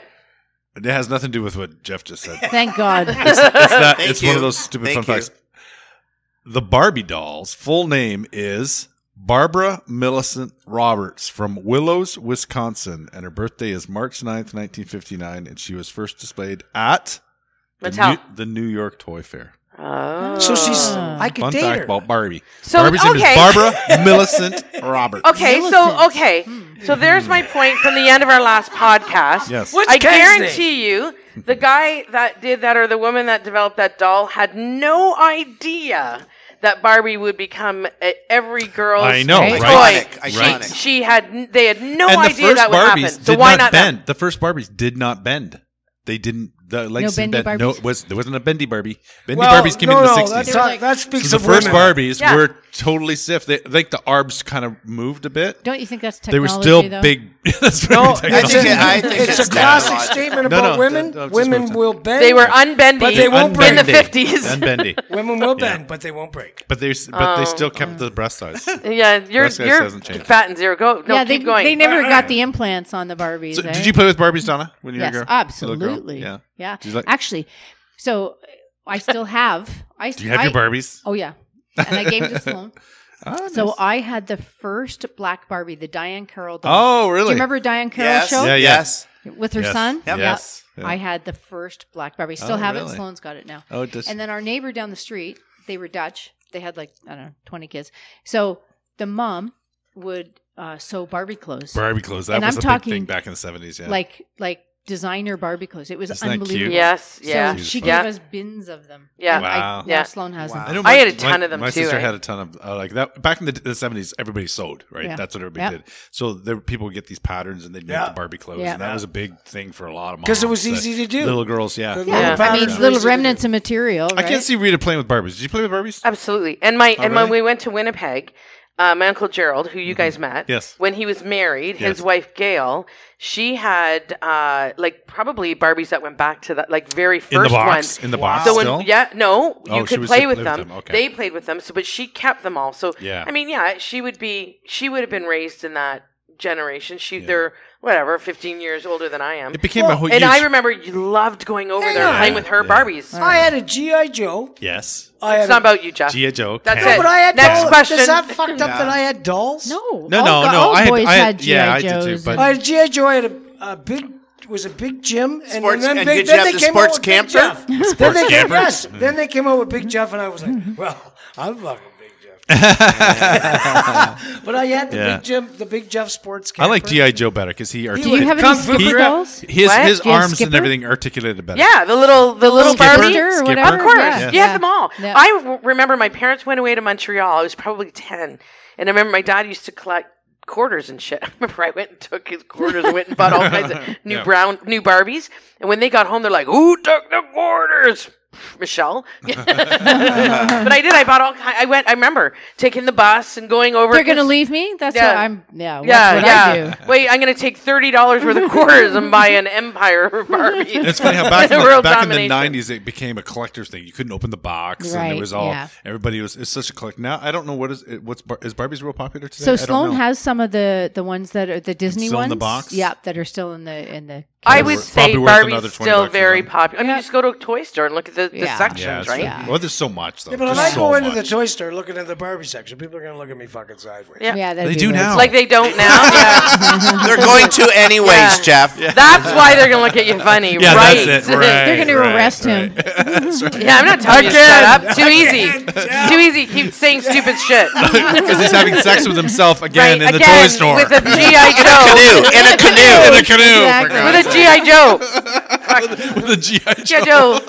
S2: It has nothing to do with what Jeff just said.
S5: Thank
S1: [LAUGHS]
S5: God.
S2: It's not.
S4: Thank
S2: Uh, it's one
S4: you.
S2: of those stupid
S4: Thank
S2: fun
S4: you.
S2: facts. The Barbie doll's full name is Barbara Millicent Roberts from Willows, Wisconsin, and her birthday is March 9th, 1959, and she was first displayed at the
S1: Mattel.
S2: New, the New York Toy Fair.
S1: Oh.
S3: So she's
S5: Ah.
S3: I could
S2: Fun
S3: date
S2: fact
S3: her.
S2: about Barbie.
S1: So,
S2: Barbie's name
S1: okay. Oh,
S2: is
S1: [LAUGHS]
S2: Barbara Millicent Roberts.
S1: Okay,
S5: Millicent.
S1: so okay, so there's my point from the end of our last podcast.
S2: Yes.
S3: What's
S1: I
S3: Ken's
S1: guarantee you, the guy that did that or the woman that developed that doll had no idea that Barbie would become a, every girl's
S2: I know,
S1: toy.
S4: right? Iconic,
S1: She,
S4: iconic.
S1: she had, n- they had no
S2: and the
S1: idea
S2: first
S1: that would
S2: Barbies
S1: happen. So
S2: did
S1: why
S2: not
S1: not? them?
S2: bend. The first Barbies did not bend. They didn't. the legs
S5: bendy
S2: bend- no,
S5: Barbies?
S2: it was there wasn't a bendy Barbie. Bendy
S3: well,
S2: Barbies came
S3: no,
S2: in the
S3: no,
S2: sixties.
S3: that's
S5: They were
S3: not-
S5: like-
S3: that speaks
S2: the
S3: of
S2: first
S3: women.
S2: Barbies
S1: Yeah.
S2: were totally stiff. They like the arbs kind of moved a bit.
S5: Don't you think that's
S2: they
S5: technology?
S2: were still
S5: though?
S2: big. [LAUGHS] that's
S3: No,
S2: very
S3: it's,
S4: think
S3: a,
S4: it- I think
S3: it's
S4: it's
S3: a classic
S4: technological.
S3: statement
S2: No,
S3: about
S2: no,
S3: women.
S2: that- that's just
S3: women
S2: what I'm
S3: will bend.
S1: They were unbendy
S3: But they won't
S1: in the
S2: unbendy.
S1: 50s.
S2: [LAUGHS] unbendy.
S3: women will
S2: Yeah.
S3: bend, but they won't break.
S2: But they s- but they
S1: Oh.
S2: still kept the breast
S5: [LAUGHS]
S2: size.
S1: [LAUGHS] yeah, you're,
S2: Breast size
S1: you're
S2: hasn't changed.
S1: fat and zero. Go. No,
S5: yeah,
S1: keep
S5: they,
S1: going.
S5: they never got the implants on the Barbies.
S2: So
S5: eh?
S2: did you play with Barbies, Donna, when you
S5: Yes,
S2: were a girl? Little girl?
S5: absolutely.
S2: Yeah.
S5: yeah.
S2: Do you, like,
S5: Actually, so I still have. I
S2: do you have
S5: I,
S2: your Barbies?
S5: Oh yeah, and I gave it
S2: [LAUGHS]
S5: to Sloan.
S2: Ah,
S5: So
S2: nice.
S5: I had the first black Barbie, the
S2: [LAUGHS]
S5: Diane Carroll doll.
S2: Oh,
S5: Do
S2: really?
S5: you remember Diane
S4: Yes.
S5: Carroll's show
S2: Yeah, yeah.
S4: Yes.
S5: with her
S2: Yes.
S5: son?
S4: Yep.
S2: Yes.
S5: Yeah. I had the first black Barbie. Still
S2: Oh,
S5: have it.
S2: really?
S5: Sloan's got it now.
S2: oh, just,
S5: And then our neighbor down the street, they were Dutch. They had like I don't know, twenty kids. So the mom would uh, sew Barbie clothes,
S2: Barbie clothes. That
S5: and
S2: was
S5: I'm
S2: a
S5: talking,
S2: big thing back in the seventies. Yeah.
S5: like like designer Barbie clothes. It was
S2: Isn't that cute?
S5: unbelievable.
S1: Yes.
S5: So
S1: Yeah.
S5: she gave
S1: Yeah.
S5: us bins of them.
S1: Yeah.
S5: And I-
S2: Wow.
S5: now
S1: Yeah.
S5: Sloan has
S4: Wow.
S5: them.
S4: I
S2: know
S4: don't
S2: my-
S1: I had a ton
S2: my-
S1: of them
S2: My
S1: too,
S2: sister
S1: eh?
S2: had a ton of uh, like that back in the, the 70s. Everybody sewed, right?
S5: Yeah.
S2: That's what everybody
S5: Yeah.
S2: did. So there, were people would get these patterns and they'd make
S3: Yeah.
S2: the Barbie clothes,
S5: Yeah.
S2: and that was a big thing for a lot of moms.
S3: Because it was
S2: the
S3: easy to do.
S2: Little girls, yeah.
S3: The
S2: yeah.
S3: little
S1: Yeah.
S5: I
S3: patterns
S5: mean,
S3: were
S5: little
S3: easy to
S5: remnants of material.
S2: I
S5: right?
S2: can't see Rita playing with Barbies. Did you play with Barbies?
S1: Uh, Absolutely. And
S2: Oh,
S1: my and
S2: really? Mm-hmm.
S1: when we went to Winnipeg, uh, my uncle Gerald, who you guys met,
S2: Yes.
S1: when he was married, his
S2: Yes.
S1: wife Gail, she had uh, like probably Barbies that went back to that like very first
S2: in the box.
S1: ones.
S2: In the
S3: Wow.
S2: box.
S1: So
S2: still?
S1: when yeah, no,
S2: Oh,
S1: you
S2: she
S1: could
S2: was
S1: play
S2: to
S1: with
S2: play with
S1: them.
S2: them, okay.
S1: They played with them. So, but she kept them all. So
S2: Yeah.
S1: I mean, yeah, she would be. She would have been raised in that generation. She
S2: Yeah.
S1: they're whatever, fifteen years older than I am.
S2: it became a whole.
S1: and I
S2: huge-
S1: remember you loved going over
S3: Hang
S1: there and
S3: on.
S1: playing with her
S2: Yeah.
S1: Barbies.
S3: I had a GI Joe.
S2: Yes.
S3: I
S1: It's
S3: had
S1: not
S3: a,
S1: about you, Jeff.
S2: Gia Joe.
S1: That's
S2: Ken.
S1: it.
S3: but I had
S1: Next
S3: dolls.
S1: question.
S3: Is that fucked up
S4: Yeah.
S3: that I had dolls?
S5: No,
S2: No,
S5: all,
S2: no,
S5: go-
S2: no,
S5: All
S2: I had-
S5: boys
S2: I had-
S5: had GI
S2: yeah, I did too,
S5: Joes.
S2: but-
S5: [LAUGHS] and-
S3: I had GI Joe. I had a, a big. Was a big Jim, and,
S4: Sports-
S3: then,
S4: and
S3: big,
S4: did you
S3: then
S4: have
S3: they
S4: the
S3: came
S4: sports
S3: out with Big
S4: camper? Mm.
S3: Jeff. then they came,
S2: camper?
S3: yes, then they came out with Big Jeff, and I was like, "Well, I'm fucking Big Jeff." but I had the
S2: Yeah.
S3: Big Jim, the Big Jeff sports
S2: [LAUGHS] I
S3: camper.
S2: like GI Joe better because he
S5: Do you
S2: articulated
S5: have
S3: Kung
S5: any
S3: Fu
S5: skipper
S3: Grip.
S5: dolls?
S2: his
S1: What?
S2: his
S5: Do you have
S2: arms and
S5: Skipper?
S2: everything articulated better.
S1: Yeah, the little the little
S2: Skipper.
S1: Barbie.
S5: Or
S2: Skipper.
S5: whatever?
S1: Of course,
S5: Yeah.
S1: you
S5: yeah.
S1: have them all.
S5: Yeah.
S1: I w- remember my parents went away to Montreal. I was probably ten, and I remember my dad used to collect quarters and shit. [LAUGHS] I remember I went and took his quarters and went and bought all
S2: [LAUGHS]
S1: kinds of new
S2: Yeah.
S1: brown new Barbies. And when they got home, they're like, "Who took the quarters?" [LAUGHS]
S2: [LAUGHS]
S1: Michelle, but I did. I bought all. ki- I went. I remember taking the bus and going over.
S5: They're gonna
S1: 'cause-
S5: leave me. That's
S1: Yeah.
S5: what I'm. Yeah, what-
S1: Yeah,
S5: what I do.
S1: yeah. Wait, I'm gonna take thirty dollars worth of quarters and buy an Empire [LAUGHS] Barbie.
S2: And it's funny how back in the,
S1: World
S2: back in the
S1: domination.
S2: nineties it became a collector's thing. You couldn't open the box, and
S5: Right,
S2: it was all
S5: yeah.
S2: everybody was. It's such a collect. Now I don't know what is it- what's Bar- is Barbie's real popular today. I
S5: So
S2: don't
S5: Sloan
S2: know.
S5: has some of the the ones that are the Disney
S2: Still
S5: ones.
S2: in the box?
S5: Yeah, that are still in the in the.
S1: I
S2: Probably
S1: would
S2: worth-
S1: say
S2: probably worth another
S1: Barbie's
S2: 20
S1: still
S2: bucks or
S1: very
S2: something.
S1: popular. I mean,
S5: Yeah.
S1: just go to a toy store and look at the, the
S5: Yeah.
S2: yeah,
S1: sections,
S2: it's
S1: right?
S2: really-
S5: Yeah.
S2: Well, there's so much though.
S3: Yeah, but
S2: There's
S3: when I
S2: so
S3: go into
S2: much.
S3: the toy store looking at the Barbie section, people are going to look at me fucking sideways.
S1: Yeah.
S5: Yeah, that'd
S2: They
S5: be
S2: do
S5: weird.
S2: now.
S1: Like they don't now.
S2: [LAUGHS]
S1: Yeah.
S4: They're going to anyways,
S1: Yeah. [LAUGHS]
S4: Jeff.
S1: That's why they're gonna look at you funny,
S2: yeah,
S1: [LAUGHS] right?
S2: that's it. Right,
S5: They're gonna
S2: right,
S5: arrest him.
S2: right. That's right. [LAUGHS]
S1: Yeah, I'm
S5: [LAUGHS]
S1: not telling you to shut up. Too easy.
S3: Jeff.
S1: Too easy. Keep saying stupid
S2: [LAUGHS]
S1: shit.
S2: Because he's having sex with himself
S1: right?
S2: again in the
S1: Again,
S2: toy store.
S1: with a GI Joe.
S4: Canoe in a
S1: [LAUGHS]
S4: canoe
S2: [LAUGHS] in a canoe.
S5: Exactly.
S2: for God's
S1: With
S2: sake.
S1: a GI Joe.
S2: [LAUGHS] with a GI
S1: GI
S2: Joe. [LAUGHS]
S1: Joe.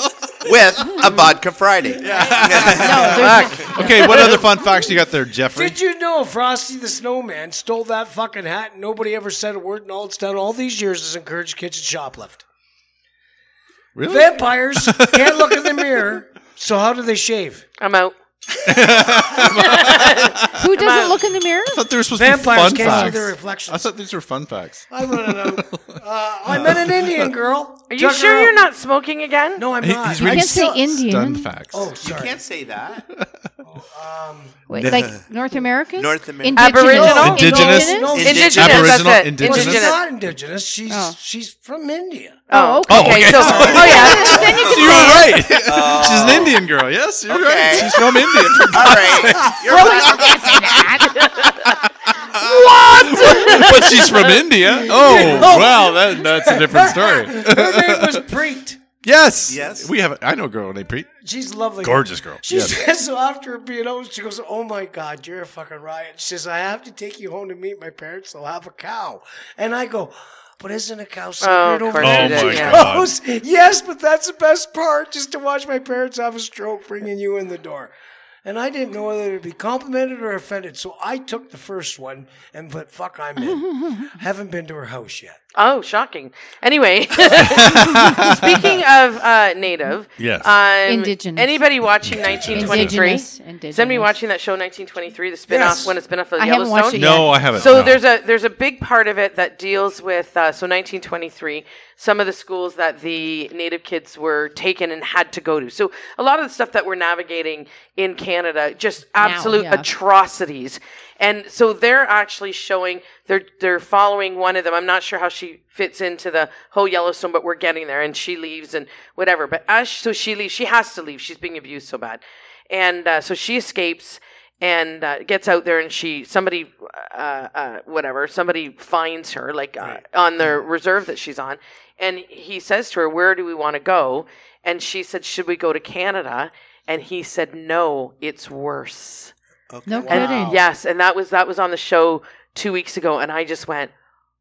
S4: with a vodka Friday.
S5: No, there's
S2: Okay, what other fun facts you got there, Jeffrey?
S3: Did you know Frosty the Snowman stole that fucking hat and nobody ever said a word and all it's done all these years is encourage kids to shoplift? [LAUGHS]
S2: [LAUGHS]
S3: Vampires can't look in the mirror, so how do they shave?
S1: I'm out.
S5: who doesn't look in the mirror?
S2: I thought they were supposed
S3: Vampires
S2: to be
S3: can't
S2: fun
S3: see their
S2: facts. I
S3: reflections.
S2: thought these were fun facts.
S3: I want to [LAUGHS] know. Uh, I met an Indian girl.
S1: Are you
S3: Took her
S1: sure you're
S3: out.
S1: not smoking again?
S3: No, I'm
S2: He-
S3: not.
S2: he's really
S5: I can't say
S2: stu-
S5: Indian.
S2: stunned facts.
S3: Oh,
S4: You
S3: sorry.
S4: can't say that.
S3: Um,
S5: Wait, like North American?
S4: North American.
S1: Aboriginal?
S2: Indigenous?
S3: No, no.
S1: Indigenous.
S2: Aboriginal,
S1: that's it.
S3: well,
S2: indigenous.
S3: she's
S1: Indigenous.
S3: not indigenous. She's
S5: Oh.
S3: she's from [LAUGHS] India.
S5: Oh, okay.
S2: Oh,
S1: okay.
S2: okay.
S1: So, [LAUGHS] oh
S2: [LAUGHS]
S1: yeah.
S5: Then you
S2: [LAUGHS] You were
S5: can say it.
S2: right.
S3: Oh.
S2: She's an Indian girl. Yes, you're right.
S4: Okay.
S2: She's from
S3: [LAUGHS]
S2: India.
S4: All right. You're right.
S2: but she's from
S3: [LAUGHS]
S2: India. Oh, wow. That, that's a different story.
S3: Her name was Preet.
S2: [LAUGHS] yes.
S4: Yes.
S2: We have. I know a girl named Preet.
S3: She's lovely.
S2: Gorgeous girl.
S3: She says so after being out, she goes, "Oh my God, you're a fucking riot." She says, "I have to take you home to meet my parents. They'll have a cow," and I go, "But isn't a cow sacred
S1: of
S3: over
S1: course
S2: Oh
S3: there?"
S1: it is,
S2: my
S1: yeah.
S2: God.
S3: Goes, yes, but that's the best part, just to watch my parents have a stroke bringing you in the door. and I didn't know whether to be complimented or offended. So I took the first one and put "fuck" I'm in.
S1: [LAUGHS]
S3: Haven't been to her house yet.
S1: Oh, shocking. Anyway,
S2: [LAUGHS]
S1: [LAUGHS] speaking of uh, native,
S2: Yes.
S1: um,
S5: Indigenous.
S1: Anybody watching 1923?
S5: [LAUGHS] Indigenous. Indigenous.
S1: Somebody watching that show 1923, the spin-off
S3: Yes.
S1: when it's spin-off of
S5: I haven't
S1: Yellowstone.
S5: watched it
S2: [LAUGHS]
S5: yet.
S2: no, I haven't.
S1: So
S2: no.
S1: there's a there's a big part of it that deals with uh, so 1923 some of the schools that the native kids were taken and had to go to. So a lot of the stuff that we're navigating in Canada just absolute
S5: yeah.
S1: atrocities. And so they're actually showing they're they're following one of them. I'm not sure how she fits into the whole Yellowstone, but we're getting there. And she leaves and whatever. But as so she leaves, she has to leave. She's being abused so bad, and uh, so she escapes and uh, gets out there and she somebody uh, uh, whatever somebody finds her like uh, on the reserve that she's on and he says to her where do we want to go and she said should we go to canada and he said no it's worse
S5: No
S3: Wow.
S1: and
S5: kidding.
S1: yes and that was that was on the show two weeks ago and i just went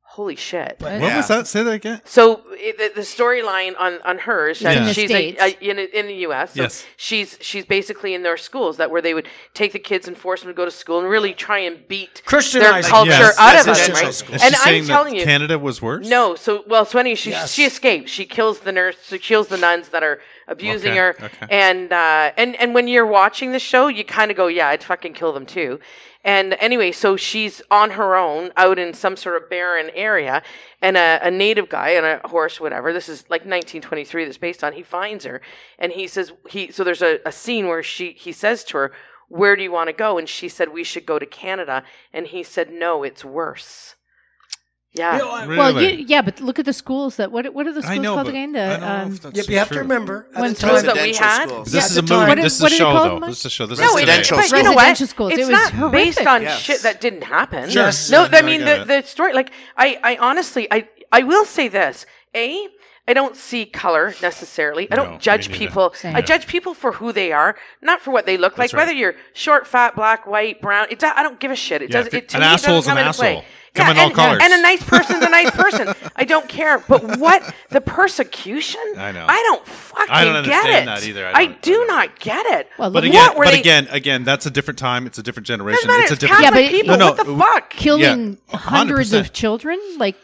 S1: holy shit
S3: But
S2: What
S4: Yeah.
S2: was that? Say that again.
S1: so it, the, the storyline on, on her is that
S2: Yeah. In
S5: the
S1: she's a,
S5: States.
S1: a- in, in the U.S. So
S2: Yes.
S1: she's she's basically in their schools that where they would take the kids and force them to go to school and really try and beat their
S3: Christianized
S1: culture
S2: Yes.
S1: out
S3: Yes,
S1: of
S3: yes,
S1: them,
S3: yes,
S1: right?
S3: yes.
S2: Is
S1: And
S2: she
S1: I'm
S2: saying
S1: telling
S2: that
S1: you-
S2: Canada was worse?
S1: No, so well, so anyway, she
S3: Yes.
S1: she escapes. She kills the nurse. She kills the nuns that are abusing
S2: Okay,
S1: her.
S2: okay.
S1: And uh, and and when you're watching the show, you kind of go, yeah, I'd fucking kill them too. And anyway, so she's on her own out in some sort of barren area, and a, a native guy and a horse, whatever. This is like 1923. That's based on. He finds her, and he says he. So there's a, a scene where she he says to her, "Where do you want to go?" And she said, "We should go to Canada." And he said, "No, it's worse." Yeah.
S3: You know, I-
S2: Really?
S5: Well, you, yeah, but look at the schools that what what are the schools
S2: I know,
S5: called
S2: but
S5: again?
S2: I
S5: The
S2: don't know
S5: um,
S2: if that's
S3: Yep,
S2: so
S3: you have to
S2: true.
S3: remember. At
S5: One
S3: the
S5: time-
S3: time,
S1: that we had?
S4: schools.
S2: This
S5: Yeah,
S2: is
S5: the
S2: a movie.
S5: time. What
S2: this
S5: is-
S2: is
S5: what
S2: a
S5: do they
S2: show,
S5: call
S2: though.
S5: them?
S2: This is a show. This
S1: No,
S2: is
S1: it,
S2: today.
S1: but
S4: Residential
S1: you know what?
S5: Residential schools. It
S1: It's
S5: was
S1: not
S5: horrific.
S1: based on
S4: Yes.
S1: shit that didn't happen.
S3: Sure. Yes.
S1: No,
S2: I
S1: I mean the,
S2: get
S1: the story. Like I, I honestly, I, I will say this. A, I don't see color necessarily. I
S2: No,
S1: don't
S2: me
S1: judge
S2: neither.
S1: people.
S5: Same.
S1: I judge people for who they are, not for what they look
S2: That's
S1: like. Whether you're short, fat, black, white, brown, it, do- I don't give a shit. It
S2: Yeah,
S1: does.
S2: if
S1: It, to
S2: an
S1: me, it
S2: asshole's
S1: doesn't come
S2: an
S1: into play.
S2: asshole. Come in all
S1: and,
S2: colours.
S1: and a nice person's a nice person.
S2: [LAUGHS]
S1: I don't care. But what the persecution?
S2: I know.
S1: I don't fucking get it.
S2: understand that either. I
S1: I
S2: don't-
S1: do
S2: I don't.
S1: not get it.
S5: Well,
S2: But
S5: look-
S2: again,
S1: were
S2: but
S1: they-
S2: again, again, that's a different time. It's a different generation.
S1: Doesn't matter,
S2: It's a
S1: it's
S2: different.
S5: Yeah,
S1: Catholic
S5: but-
S2: No,
S1: people.
S2: no,
S1: what the
S2: w-
S1: fuck?
S5: killing
S2: Yeah, a hundred
S5: hundreds of
S2: percent.
S5: children. Like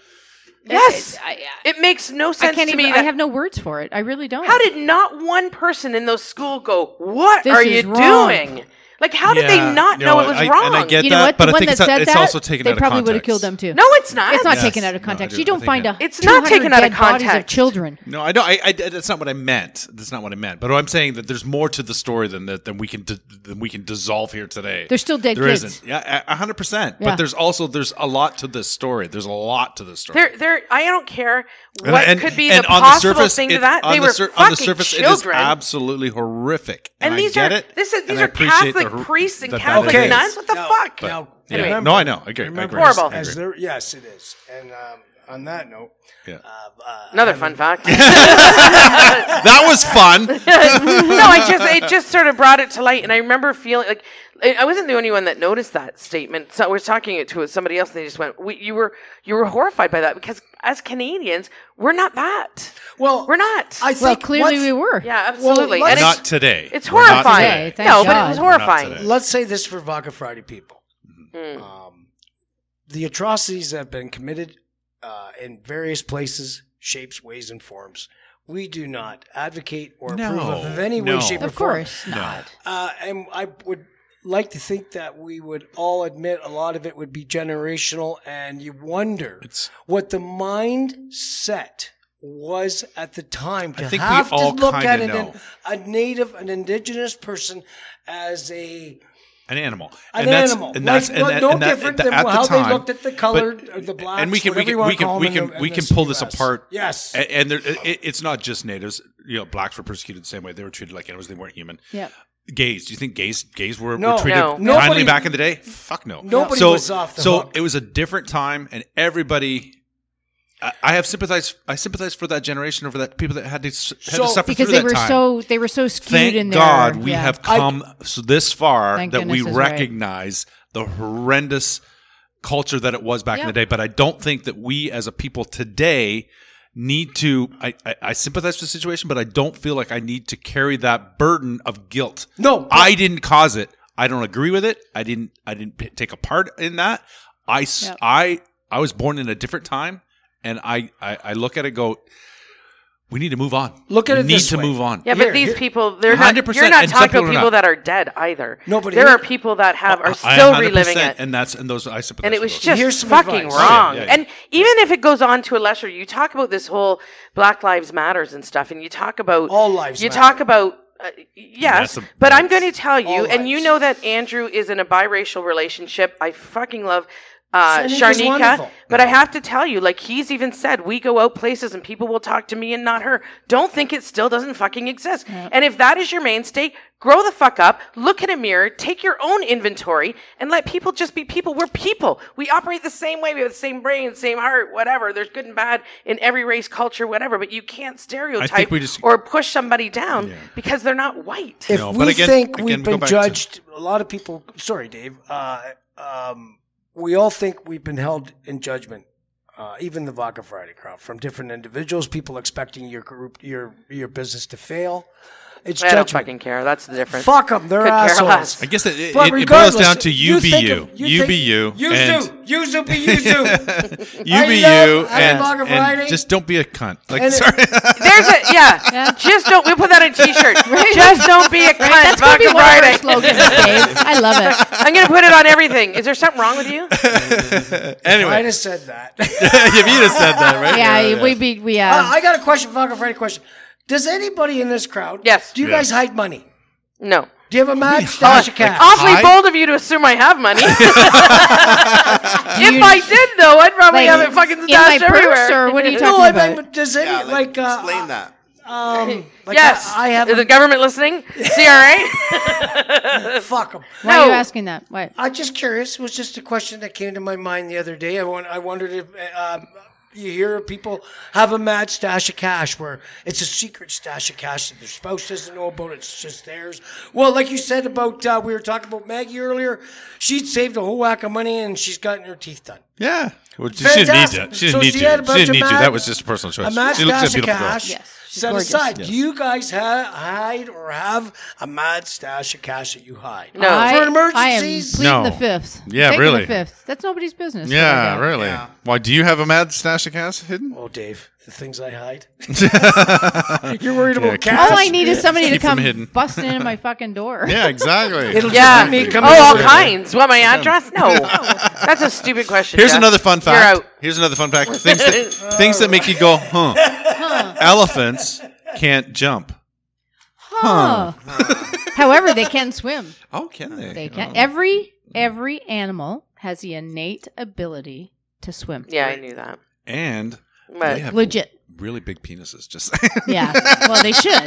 S1: Yes.
S5: I, I-
S1: It makes no
S5: I
S1: sense
S5: can't
S1: to
S5: even.
S1: me.
S5: I
S1: that-
S5: have no words for it. I really don't.
S1: how did not one person in those school go, "What
S5: This
S1: are
S5: is
S1: you
S5: wrong."
S1: doing?" Like, how did
S2: Yeah,
S1: they not
S2: no,
S1: know it was
S2: I-
S1: wrong?
S2: and I get-
S5: you know
S2: that,
S5: what?
S2: but
S5: the
S2: I
S5: one
S2: think
S5: that
S2: it's-
S5: said
S2: it's
S5: that,
S2: also taken
S5: they
S2: out of
S5: probably would have
S2: context.
S5: killed them too.
S1: no, it's not.
S5: it's not
S2: Yes.
S5: taken out of
S2: No, I
S5: context.
S2: do- I
S5: you don't
S2: think
S5: find
S2: I-
S5: a
S1: It's not
S5: 200
S1: taken out of
S5: dead bodies
S1: context.
S5: children.
S2: No, I don't. I, I, that's not what I meant. That's not what I meant. But I'm saying that there's more to the story than that than we can di- than we can dissolve here today.
S5: They're still dead
S2: There
S5: kids.
S2: not Yeah, a- a hundred percent.
S5: Yeah.
S2: But there's also there's a lot to this story. There's a lot to this story.
S1: There, there. I don't care
S2: And-
S1: what
S2: and-
S1: could be
S2: and
S1: the
S2: on
S1: possible
S2: surface,
S1: thing
S2: it-
S1: to that.
S2: on
S1: They
S2: the
S1: were
S2: sur-
S1: fucking
S2: on the surface, it is
S1: children.
S2: absolutely horrific. And,
S1: and these
S2: I get
S1: are
S2: it.
S1: this is
S2: and
S1: these
S2: I
S1: are
S2: appreciate
S1: Catholic
S2: the,
S1: priests and
S2: that that
S1: Catholic
S2: is.
S1: nuns. What the
S3: Now-
S1: fuck?
S3: Now,
S2: Yeah.
S3: remember-
S2: No, I know. I agree. I
S3: remember-
S2: agree.
S1: Horrible.
S2: I
S1: [LAUGHS]
S3: As
S2: agree. [LAUGHS]
S3: there, yes, it is. And um, on that note,
S2: Yeah.
S3: uh, uh,
S1: Another fun
S3: having-
S1: fact. [LAUGHS]
S2: [LAUGHS] That was fun.
S1: no, I
S2: [LAUGHS]
S1: just it just sort of brought it to light, and I remember feeling like I I wasn't the only one that noticed that statement. So I was talking it to somebody else, and they just went, we, "You were you were horrified by that because as Canadians, we're not that.
S3: Well,
S1: We're not.
S3: I think
S5: Well, clearly
S3: what's-
S5: we were.
S1: yeah, absolutely.
S3: let's-
S1: and it's,
S2: Not today.
S1: it's
S2: We're not
S1: horrifying.
S2: today.
S5: Today, thank
S1: no, but it
S5: God.
S1: was
S5: We're
S2: not
S1: horrifying.
S2: today.
S3: Let's say this for Vodka Friday people.
S1: Mm.
S3: Um, the atrocities that have been committed uh, in various places, shapes, ways, and forms. We do not advocate or
S2: No,
S3: approve of any
S2: no.
S3: way, shape, or
S5: Of
S3: form.
S5: course not.
S3: Uh, and I would like to think that we would all admit a lot of it would be generational, and you wonder
S2: It's-
S3: what the mindset was at the time to
S2: I think we
S3: have
S2: all
S3: to look at
S2: kinda
S3: it in
S2: know.
S3: a native, an indigenous person as a
S2: an animal.
S3: an
S2: and that's,
S3: animal,
S2: And that's
S3: like,
S2: and,
S3: well,
S2: that-
S3: no
S2: and that-
S3: different
S2: at
S3: than
S2: the- at the
S3: how
S2: time,
S3: they looked at the color, or the blacks,
S2: and we can we
S3: whatever
S2: can
S3: you wanna
S2: we can
S3: call
S2: we
S3: them in
S2: can
S3: the-
S2: we
S3: in
S2: can
S3: this
S2: pull this
S3: US.
S2: apart. Eh,
S3: Yes,
S2: A- And there, it, it's not just natives. You know, blacks were persecuted the same way. They were treated like animals. They weren't human.
S5: Yep.
S2: Gays. Do you think gays gays were,
S3: No.
S2: were treated
S1: No.
S2: kindly
S3: Nobody-
S2: back in the day? Fuck no.
S3: nobody
S2: so
S3: was off the
S2: so
S3: hook.
S2: it was a different time, and everybody. I, I have sympathized. I sympathize for that generation over that people that had to s- had
S3: So-
S2: to suffer
S5: Because
S2: through
S5: they
S2: that
S5: were
S2: time.
S5: so they were so skewed
S2: Thank
S5: in their
S2: God we
S5: yeah.
S2: have
S3: I-
S2: come s this far
S5: Thank
S2: that we
S5: goodness is right.
S2: recognize the horrendous culture that it was back in the
S5: Yep.
S2: day. But I don't think that we as a people today need to. I, I, I sympathize with the situation, but I don't feel like I need to carry that burden of guilt.
S3: No,
S2: I didn't cause it. I don't agree with it. I didn't. I didn't p- take a part in that. I s-
S5: Yep.
S2: I I was born in a different time, and I I, I look at it and go. We need to move on.
S3: Look at
S2: we
S3: it
S2: need
S3: this
S2: to
S3: way.
S2: move on.
S1: Yeah,
S3: Here,
S1: but these
S3: here.
S1: people, they're not, you're
S2: 100%,
S1: not
S2: and some people are
S1: talking about people
S2: not.
S1: that are dead either.
S3: Nobody.
S1: there are people that have are
S2: I- I
S1: still
S2: 100%
S1: reliving it.
S2: and that's and those I sympathize.
S1: and it
S2: with
S1: was
S2: those.
S1: just
S3: Here's some
S1: fucking
S3: advice.
S1: wrong.
S2: Yeah, yeah, yeah.
S1: And even if it goes on to a lesser, you talk about this whole Black Lives Matters and stuff, and you talk about
S3: all lives.
S1: you
S3: matter.
S1: talk about uh, yes,
S2: That's a-
S1: but I'm going to tell you,
S3: all
S1: and you
S3: lives.
S1: know that Andrew is in a biracial relationship. I fucking love uh,
S3: Sharnika's
S1: Sharnika,
S3: wonderful.
S1: but I have to tell you, like he's even said, we go out places and people will talk to me and not her. Don't think it still doesn't fucking exist.
S5: Yeah.
S1: And if that is your mainstay, grow the fuck up, look in a mirror, take your own inventory, and let people just be people. We're people. We operate the same way. We have the same brain, same heart, whatever. There's good and bad in every race, culture, whatever. But you can't stereotype
S2: we just-
S1: or push somebody down
S2: Yeah.
S1: because they're not white.
S3: If
S2: No,
S3: we
S2: but again-
S3: think
S2: again,
S3: we've
S2: go
S3: been
S2: back to-
S3: judged, a lot of people. Sorry, Dave. Uh, um, we all think we've been held in judgment. Uh, even the Vodka Friday crowd, from different individuals, people expecting your group, your your business to fail. It's
S1: I don't
S3: judgment.
S1: fucking care. That's the difference.
S3: Fuck them. They're
S1: Could care
S3: assholes.
S1: less.
S2: I guess it, it,
S3: But
S2: it boils
S3: regardless,
S2: down to you, be
S3: think
S2: you.
S3: of-
S2: You,
S3: think-
S2: be you.
S3: You
S2: and-
S3: do. You do.
S2: [LAUGHS]
S3: Be you do.
S2: you
S3: I
S2: be
S3: love-
S2: you.
S3: I
S2: and,
S3: love
S2: and
S3: Friday.
S2: just don't be a cunt. Like
S3: And it- [LAUGHS]
S2: sorry.
S1: There's a yeah.
S5: [LAUGHS] Yeah.
S1: Just don't. We'll put that on a T-shirt.
S5: [LAUGHS]
S1: Just don't be a cunt.
S5: That's gonna be
S1: Vodka
S5: one of our
S1: Friday.
S5: slogans, Dave. I love it.
S1: [LAUGHS] I'm gonna put it on everything. Is there something wrong with you?
S3: I
S2: [LAUGHS] anyway,
S3: just said that.
S2: if you'd have said that, [LAUGHS] right?
S5: Yeah, we be we uh,
S3: Uh, [LAUGHS] I got a question, Vodka Friday question. Does anybody in this crowd?
S1: Yes.
S3: Do you
S2: Yeah.
S3: guys hide money?
S1: No.
S3: Do you have a mad stash of cash?
S1: Awfully
S2: I-
S1: bold of you to assume I
S2: [LAUGHS]
S1: have money. [LAUGHS] if
S5: you-
S1: I did, though, I'd probably
S5: Like,
S1: have it fucking
S5: in my
S1: stashed
S5: purse,
S1: everywhere.
S5: or what
S1: [LAUGHS]
S5: are you
S3: no,
S5: talking
S3: I
S5: about?
S3: mean, does any
S4: Yeah,
S3: like,
S4: like,
S3: uh,
S4: explain that.
S3: Um, like
S1: yes.
S3: I, I have.
S1: Is the
S3: A,
S1: government listening?
S5: [LAUGHS]
S1: [LAUGHS] CRA.
S3: fuck 'em.
S5: Why are you
S1: No.
S5: asking that? What?
S3: I'm just curious. It was just a question that came to my mind the other day. I, won- I wondered if uh, um, you hear people have a mad stash of cash where it's a secret stash of cash that their spouse doesn't know about. It's just theirs. Well, like you said about uh, we were talking about Maggie earlier. She'd saved a whole whack of money and she's gotten her teeth done.
S2: Yeah. Well, she, she didn't need
S3: Fantastic.
S2: that. She didn't
S3: So
S2: need
S3: she
S2: you.
S3: had a
S2: She
S3: bunch
S2: didn't
S3: of
S2: need you.
S3: mad-
S2: That was just a personal
S3: a
S2: choice.
S3: mad
S2: She looks like
S3: stash
S2: a
S3: of
S2: beautiful girl.
S3: cash
S5: Yes, she's
S3: set
S5: gorgeous.
S3: aside.
S2: Yes.
S3: Do you guys ha- hide or have a mad stash of cash that you hide?
S1: No.
S5: I,
S3: For emergencies?
S5: I am pleading
S2: No.
S5: the fifth.
S2: Yeah,
S5: Taking
S2: really.
S5: The fifth. That's nobody's business. what I
S2: Yeah,
S5: do.
S2: really.
S4: Yeah.
S2: Why do you have a mad stash of cash
S3: [LAUGHS]
S2: hidden?
S3: Oh, Dave, the things I hide.
S2: [LAUGHS] You're
S3: worried about cash?
S5: All Oh, I need is somebody to
S2: Keep them
S5: come
S2: hidden.
S5: busting into my fucking door.
S2: [LAUGHS] [LAUGHS] Yeah, exactly.
S3: It'll
S1: Yeah.
S3: just be me
S1: Oh,
S3: coming
S1: all
S3: over to-
S1: kinds. What my address? No. That's a stupid question.
S2: Here's
S1: Jeff. [LAUGHS]
S2: another fun
S1: You're
S2: fact.
S1: out.
S2: Here's another fun
S1: [LAUGHS]
S2: fact. Things that things that make you go, huh? Elephants can't jump.
S5: Huh. However, they can swim.
S2: Oh, can they?
S5: They can. Every every animal has the innate ability to swim.
S1: Yeah, I knew that.
S2: And
S1: But
S2: they have
S5: Legit.
S2: really big penises. Just [LAUGHS]
S5: Yeah. Well, they should.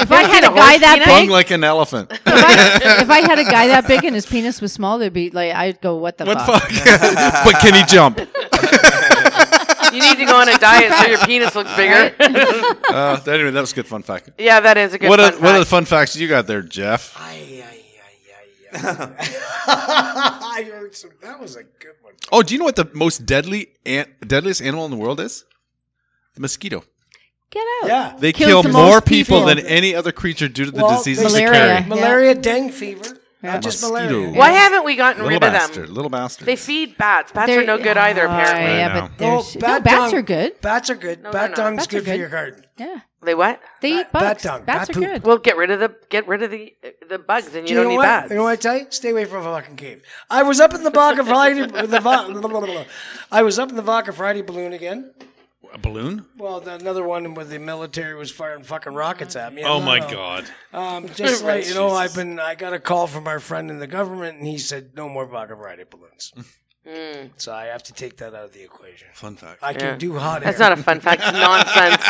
S5: If I
S1: don't
S5: had
S1: need
S5: a
S1: a
S5: guy
S1: horse
S5: that
S1: peanut.
S2: hung
S5: big,
S2: like an elephant.
S5: if I, if I had a guy that big and his penis was small, they'd be like, I'd go, what the
S2: what the
S5: fuck?
S2: fuck? but can he jump?
S1: you need to go on a diet so your penis looks
S2: [LAUGHS]
S1: bigger.
S2: Uh, anyway, that was a good fun fact.
S1: yeah, that is a good
S2: what
S1: fun
S2: are, what are the
S1: fact.
S2: fun facts you got there, Jeff?
S3: Ay, ay,
S2: [LAUGHS]
S3: ay, ay, [LAUGHS] ay. I heard some. That was a good one.
S2: Oh, do you know what the most deadly an- deadliest animal in the world is? The mosquito.
S5: Get out.
S3: Yeah.
S2: They
S5: Kills
S2: kill
S5: the
S2: more
S5: most
S2: people,
S5: people.
S2: than any other creature due to the
S3: Well,
S2: diseases
S5: malaria.
S2: they carry.
S3: Malaria, dengue fever.
S5: Yeah.
S3: Not just
S2: Mosquito.
S3: malaria.
S1: Why haven't we gotten
S2: Little
S1: rid
S2: bastard.
S1: of them?
S2: Little bastard.
S1: They feed bats. Bats
S5: They're-
S1: are no good either,
S5: Ah,
S1: apparently.
S2: Right
S5: Yeah,
S2: now.
S5: but there's, no,
S3: bat
S5: bats
S3: dung-
S5: are good.
S3: Bats are good.
S1: No, they're
S3: bat
S1: not.
S3: dung's
S5: Bats
S3: good,
S5: are
S3: for
S5: good.
S3: your garden.
S5: Yeah.
S1: They what?
S5: They eat
S3: Bat- bat
S5: bugs.
S3: dung,
S5: bats
S3: bat
S5: are
S3: poop.
S5: good.
S1: Well, get rid of the get rid of the the bugs, and you,
S3: Do
S1: don't
S3: know
S1: need
S3: what?
S1: bats.
S3: You know what I tell you? Stay away from a fucking cave. I was up in the Vodka Friday. the Va- [LAUGHS] blah, blah, blah, blah. I was up in the Vodka Friday balloon again.
S2: A balloon?
S3: Well, the- another one where the military was firing fucking rockets at me. I
S2: Oh
S3: don't
S2: my
S3: know.
S2: god. [LAUGHS]
S3: Um, just like you know, I've been. I got a call from our friend in the government, and he said no more Vodka Friday
S2: [LAUGHS]
S3: balloons.
S1: Mm,
S3: so I have to take that out of the equation.
S2: Fun fact.
S3: I can
S1: Yeah.
S3: do hot
S1: that's
S3: air.
S1: not a fun
S2: [LAUGHS]
S1: fact. It's nonsense.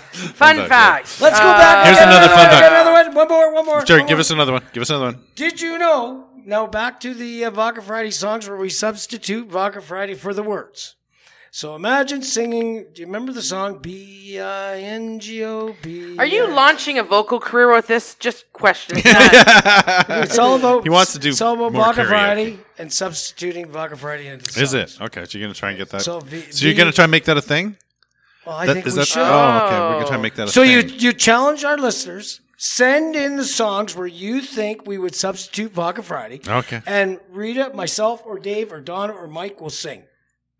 S2: Fun
S1: Fun
S2: fact,
S1: fact.
S3: Let's go back.
S2: Here's
S3: I got
S2: another fun
S3: I got
S2: fact.
S3: Another one. One more. One more.
S2: Jerry,
S3: one
S2: give
S3: more.
S2: us another one. Give us another one.
S3: Did you know? Now back to the uh, Vodka Friday songs where we substitute Vodka Friday for the words. So imagine singing. Do you remember the song B I N G O B?
S1: Are you launching a vocal career with this? Just
S2: [LAUGHS]
S1: question.
S3: It's all about.
S2: He wants to do
S3: It's all about
S2: more
S3: Vodka
S2: karaoke.
S3: Friday and substituting Vodka Friday into.
S2: Is it
S3: songs.
S2: okay? So you're gonna try and get that. So,
S3: So, v-
S2: you're
S3: V-
S2: gonna try and make that a thing?
S3: Well, I
S2: That-
S3: think
S2: is
S3: we
S2: that-
S3: should.
S2: Oh, okay. We're gonna try and make that a
S3: so you
S2: thing.
S3: you challenge our listeners. Send in the songs where you think we would substitute Vodka Friday,
S2: Okay.
S3: and Rita, myself, or Dave, or Donna, or Mike will sing.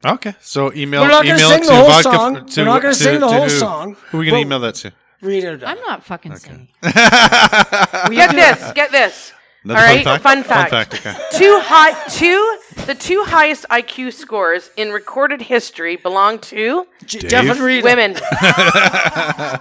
S2: Okay. So email.
S3: We're not
S2: email it
S3: gonna sing
S2: to
S3: the whole
S2: vodka,
S3: song.
S2: To,
S3: We're not gonna
S2: to-
S3: sing the
S2: to
S3: whole
S2: who?
S3: song.
S2: Who are we gonna
S3: But-
S2: email that to?
S3: Rita, or Donna.
S5: I'm not fucking singing.
S1: [LAUGHS] Get this, get this.
S2: Another
S1: All right,
S2: Fun fact.
S1: fun fact.
S2: Fun fact. Okay.
S1: Two high, two the two highest IQ scores in recorded history belong to
S3: J-
S2: Dave?
S3: Jeff and Rita.
S1: women.
S3: [LAUGHS]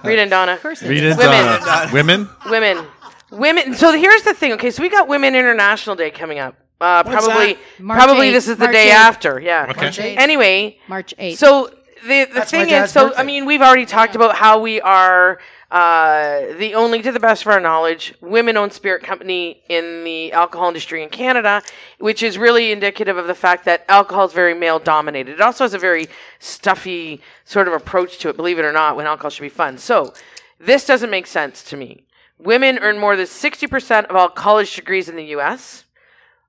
S1: Rita and Donna.
S2: Rita and
S1: Women.
S2: Donna. [LAUGHS] Women.
S1: Women. Women. So here's the thing. Okay, so we got Women International Day coming up. Uh,
S3: What's
S1: probably,
S5: that? March
S1: probably
S5: eighth.
S1: this is the
S5: March
S1: day
S5: eighth.
S1: after. Yeah.
S2: Okay.
S5: March eighth.
S1: Anyway,
S5: March 8th.
S1: so the the
S3: That's my
S1: thing is,
S3: dad's
S1: so
S3: birthday.
S1: I mean, we've already talked about how we are uh, the only, to the best of our knowledge, women-owned spirit company in the alcohol industry in Canada, which is really indicative of the fact that alcohol is very male-dominated. It also has a very stuffy sort of approach to it, believe it or not, when alcohol should be fun. So this doesn't make sense to me. Women earn more than 60% of all college degrees in the U.S.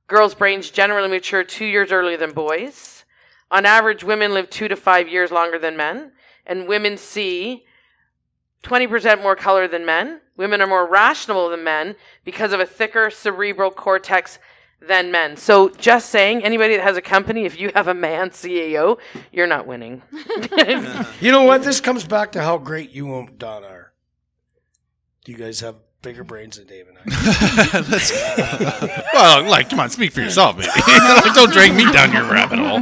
S1: Girls' brains generally mature two years earlier than boys. On average, women live two to five years longer than men, and women see 20% more color than men. Women are more rational than men because of a thicker cerebral cortex than men. So, just saying, anybody that has a company, if you have a man CEO, you're not
S5: [LAUGHS]
S1: winning.
S4: Uh-huh.
S3: You know what? This comes back to how great you and Donna are. You guys have bigger brains than Dave and I.
S2: That's- [LAUGHS] well, like, come on, speak for yourself, baby. [LAUGHS] like, don't drag me down your rabbit hole.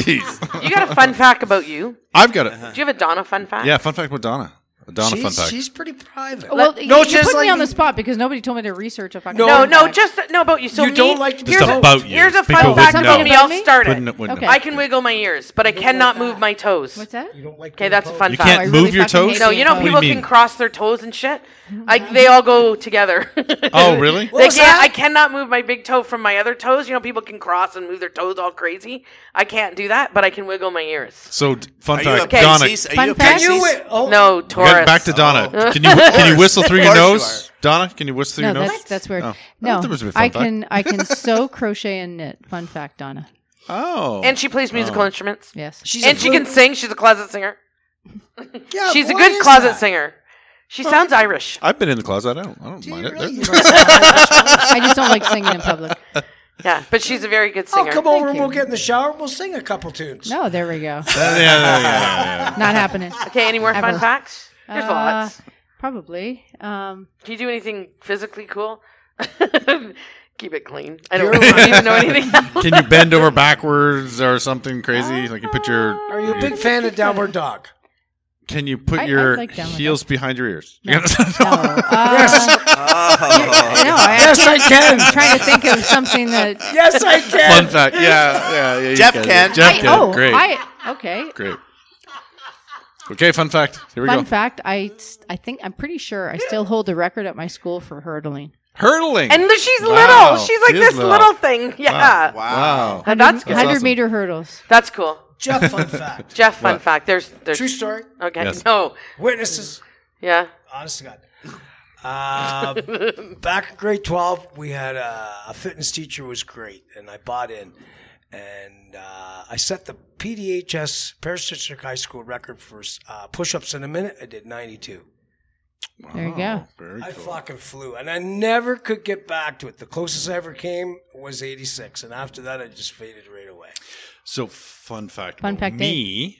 S2: Jeez.
S1: you got a fun fact about you?
S2: I've got it.
S1: Do you have a Donna fun fact?
S2: Yeah, fun fact with Donna. A Donna,
S3: she's,
S2: fun fact.
S3: she's pretty private.
S1: Oh.
S5: well,
S3: Let-
S5: you,
S3: no,
S5: you
S3: just
S5: put me
S3: like-
S5: on the spot because nobody told me to research a fucking.
S1: No,
S5: fun
S1: no,
S5: fact.
S1: just no about you. So
S3: You don't
S1: me-
S3: like to be
S1: here's
S2: Just
S1: a,
S3: told.
S2: about you.
S1: Here's a
S2: People
S1: fun
S2: would
S1: fact
S2: know.
S1: about me. I'll
S5: Something
S1: start
S2: Wouldn't-
S1: it.
S2: wouldn't-
S5: Okay.
S1: I can wiggle my ears, but I cannot move my toes.
S5: What's that?
S3: you don't like.
S1: Okay,
S3: being
S1: that's a
S3: told.
S1: fun
S2: You
S1: fact.
S2: can't
S5: I
S2: move your
S5: fucking hate
S2: toes?
S1: No, you know
S5: What do you
S1: people
S2: mean?
S1: can cross their toes and shit. I, they all go together. [LAUGHS]
S2: Oh, really?
S3: Mm-hmm. What
S1: They
S3: was
S1: can't,
S3: that?
S1: I cannot move my big toe from my other toes. You know, people can cross and move their toes all crazy. I can't do that, but I can wiggle my ears.
S2: So, d- fun
S4: Are you a
S2: fact,
S1: Okay.
S2: Donna.
S4: Pisces? Are
S5: Fun
S4: you a
S5: fact.
S4: Pisces?
S3: You wait- oh,
S1: No, Taurus.
S2: Back to Donna.
S4: Oh.
S2: Can you can you
S4: Of
S2: whistle through your
S4: course you
S2: nose? Donna, can you whistle through
S5: No,
S2: your nose?
S5: that's that's weird.
S2: Oh.
S5: No,
S2: That was a bit fun
S5: I
S2: fact.
S5: can I
S2: [LAUGHS]
S5: can sew, crochet, and knit. Fun fact, Donna.
S2: Oh.
S1: And she plays musical
S2: Oh.
S1: instruments.
S5: Yes.
S3: She's
S1: and
S3: a
S1: she can
S3: fluke.
S1: sing. She's a closet singer.
S3: Yeah,
S1: She's a
S3: why
S1: good
S3: is
S1: closet
S3: that?
S1: singer. She sounds Irish.
S2: I've been in the closet. I don't. I don't
S3: Do you
S2: mind
S3: really?
S2: it.
S3: You
S2: There-
S1: [LAUGHS]
S3: don't like that?
S5: I just don't like singing in public.
S1: Yeah, but she's a very good singer.
S3: I'll Oh, come over and
S5: you.
S3: we'll get in the shower. and We'll sing a couple tunes.
S5: No, there we go.
S2: yeah, yeah, yeah, yeah, yeah.
S5: Not happening.
S1: Okay, any more fun
S5: Ever.
S1: facts? There's
S5: Uh,
S1: lots.
S5: Probably. Um,
S1: Do you do anything physically cool? [LAUGHS] Keep it clean. I don't need to know anything
S3: [LAUGHS]
S1: else.
S2: Can you bend over backwards or something crazy? Like you put your.
S3: Are you a big fan of Downward Dog?
S2: Can you put
S5: I- I
S2: your
S5: like down with
S2: heels behind your ears? [LAUGHS]
S5: no. no. Uh,
S4: Oh.
S5: [LAUGHS] no, I,
S3: Yes, I can.
S5: am trying to think of something that.
S3: [LAUGHS] Yes, I
S2: Fun
S3: can.
S2: fact. Yeah, yeah, yeah. you
S4: Jeff
S2: it.
S4: can.
S2: Jeff
S5: I-
S2: can.
S5: oh,
S2: Great.
S5: I okay.
S2: Great. Okay, fun fact. Here we
S5: Fun
S2: go.
S5: fact, I s- I think I'm pretty sure I still hold the record at my school for hurdling.
S2: Hurtling.
S1: And look, she's
S2: Wow,
S1: little. She's like
S2: she is
S1: this
S2: little.
S1: little, thing. Yeah.
S4: Wow.
S1: Oh, that's good.
S2: That's awesome.
S5: 100 meter hurdles.
S1: That's cool.
S3: Jeff,
S1: [LAUGHS]
S3: fun fact.
S1: Jeff, fun
S2: What?
S1: fact. There's there's
S3: True story.
S1: okay.
S2: Yes.
S1: No.
S3: Witnesses.
S1: Yeah. [LAUGHS]
S3: Honest to God. Uh, back in grade 12, we had a, a fitness teacher who was great, and I bought in. And uh, I set the PDHS, Parasitic High School record for uh, push ups in a minute. I did 92.
S5: There you go.
S2: Wow, Very
S3: I
S2: cool.
S3: fucking flew, and I never could get back to it. The closest I ever came was 86, and after that, I just faded right away.
S2: So, fun fact.
S5: Fun
S2: about
S5: fact day.
S2: Me.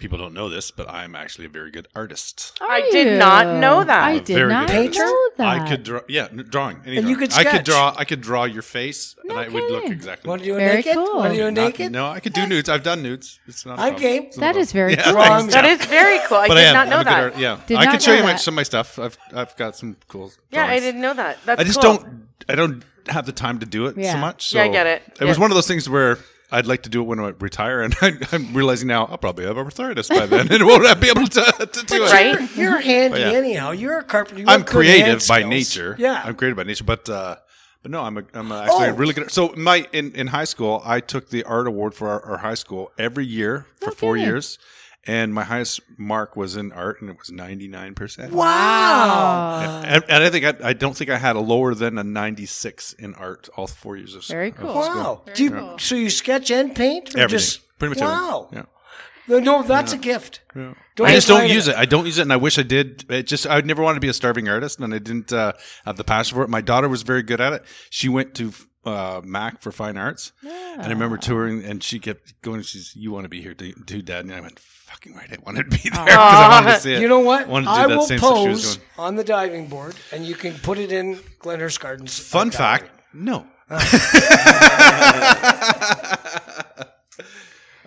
S2: People don't know this, but I'm actually a very good artist.
S5: Are
S1: I did not
S5: you?
S1: know that.
S5: Oh, I
S2: I'm a
S5: did
S2: very
S5: not
S2: good artist.
S5: know that.
S2: I could draw. Yeah, n- drawing. Any
S3: And you
S2: drawing.
S3: could
S2: I could
S3: sketch.
S2: draw. I could draw your face,
S5: No
S2: and I would look
S5: kidding.
S2: exactly.
S3: Want to do a
S5: Very
S3: naked?
S5: cool.
S3: Want to do a
S2: Not-
S3: naked?
S2: No, I could do nudes. I've done nudes. It's not. a
S3: I'm
S2: problem.
S3: game.
S2: It's not a
S5: That
S2: problem.
S5: is very
S2: Yeah,
S5: cool.
S2: thanks,
S3: Wrong.
S2: Jeff.
S1: That is very cool. I
S2: but
S1: did
S2: am.
S1: not know
S2: I'm a good
S1: that.
S2: art- yeah,
S5: Did
S2: I
S5: not
S2: can show
S5: know
S2: you my,
S5: that.
S2: some of my stuff. I've I've got some cool.
S1: Yeah, I
S2: drawings.
S1: didn't know that. That's
S2: I just
S1: cool.
S2: don't. I don't have the time to do it so
S5: Yeah.
S2: much. So
S1: Yeah, I get it.
S2: It was
S1: Yeah.
S2: one of those things where I'd like to do it when I retire, and [LAUGHS] I, I'm realizing now I'll probably have arthritis by then, and won't be able to, to do it.
S1: Right?
S3: You're handy
S2: But Oh, yeah.
S3: anyhow. You're a carpenter. You
S2: I'm
S3: have good hand
S2: creative by
S3: skills.
S2: nature.
S3: Yeah.
S2: I'm creative by nature, but uh, but no, I'm a, I'm a actually a
S3: Oh.
S2: really good. So my in, in high school, I took the art award for our, our high school every year for
S5: No
S2: four
S5: kidding.
S2: years, and my highest mark was in art, and it was 99 percent.
S3: wow.
S2: And, and I think I, I don't think I had a lower than a 96 in art all four years of
S5: Very
S2: of
S5: cool.
S2: school.
S3: Wow. Do you,
S5: cool.
S3: So you sketch and paint? Or
S2: Everything.
S3: Just,
S2: Pretty much
S3: wow.
S2: everything.
S3: No, no, that's a gift. Don't
S2: I just
S3: buy
S2: don't use it. I don't use it, and I wish I did. It just I would never wanted to be a starving artist, and I didn't uh, have the passion for it. My daughter was very good at it. She went to uh, Mac for fine arts, and I remember touring, and she kept going. She's, "You want to be here, do, do Dad?" And I went, "Fucking right, I wanted to be there [LAUGHS] because I wanted to see it."
S3: You know what?
S2: Wanted to do
S3: I
S2: that
S3: will
S2: same stuff she was
S3: pose
S2: doing.
S3: on the diving board, and you can put it in Glenner's Gardens.
S2: Fun
S3: Okay.
S2: fact: No.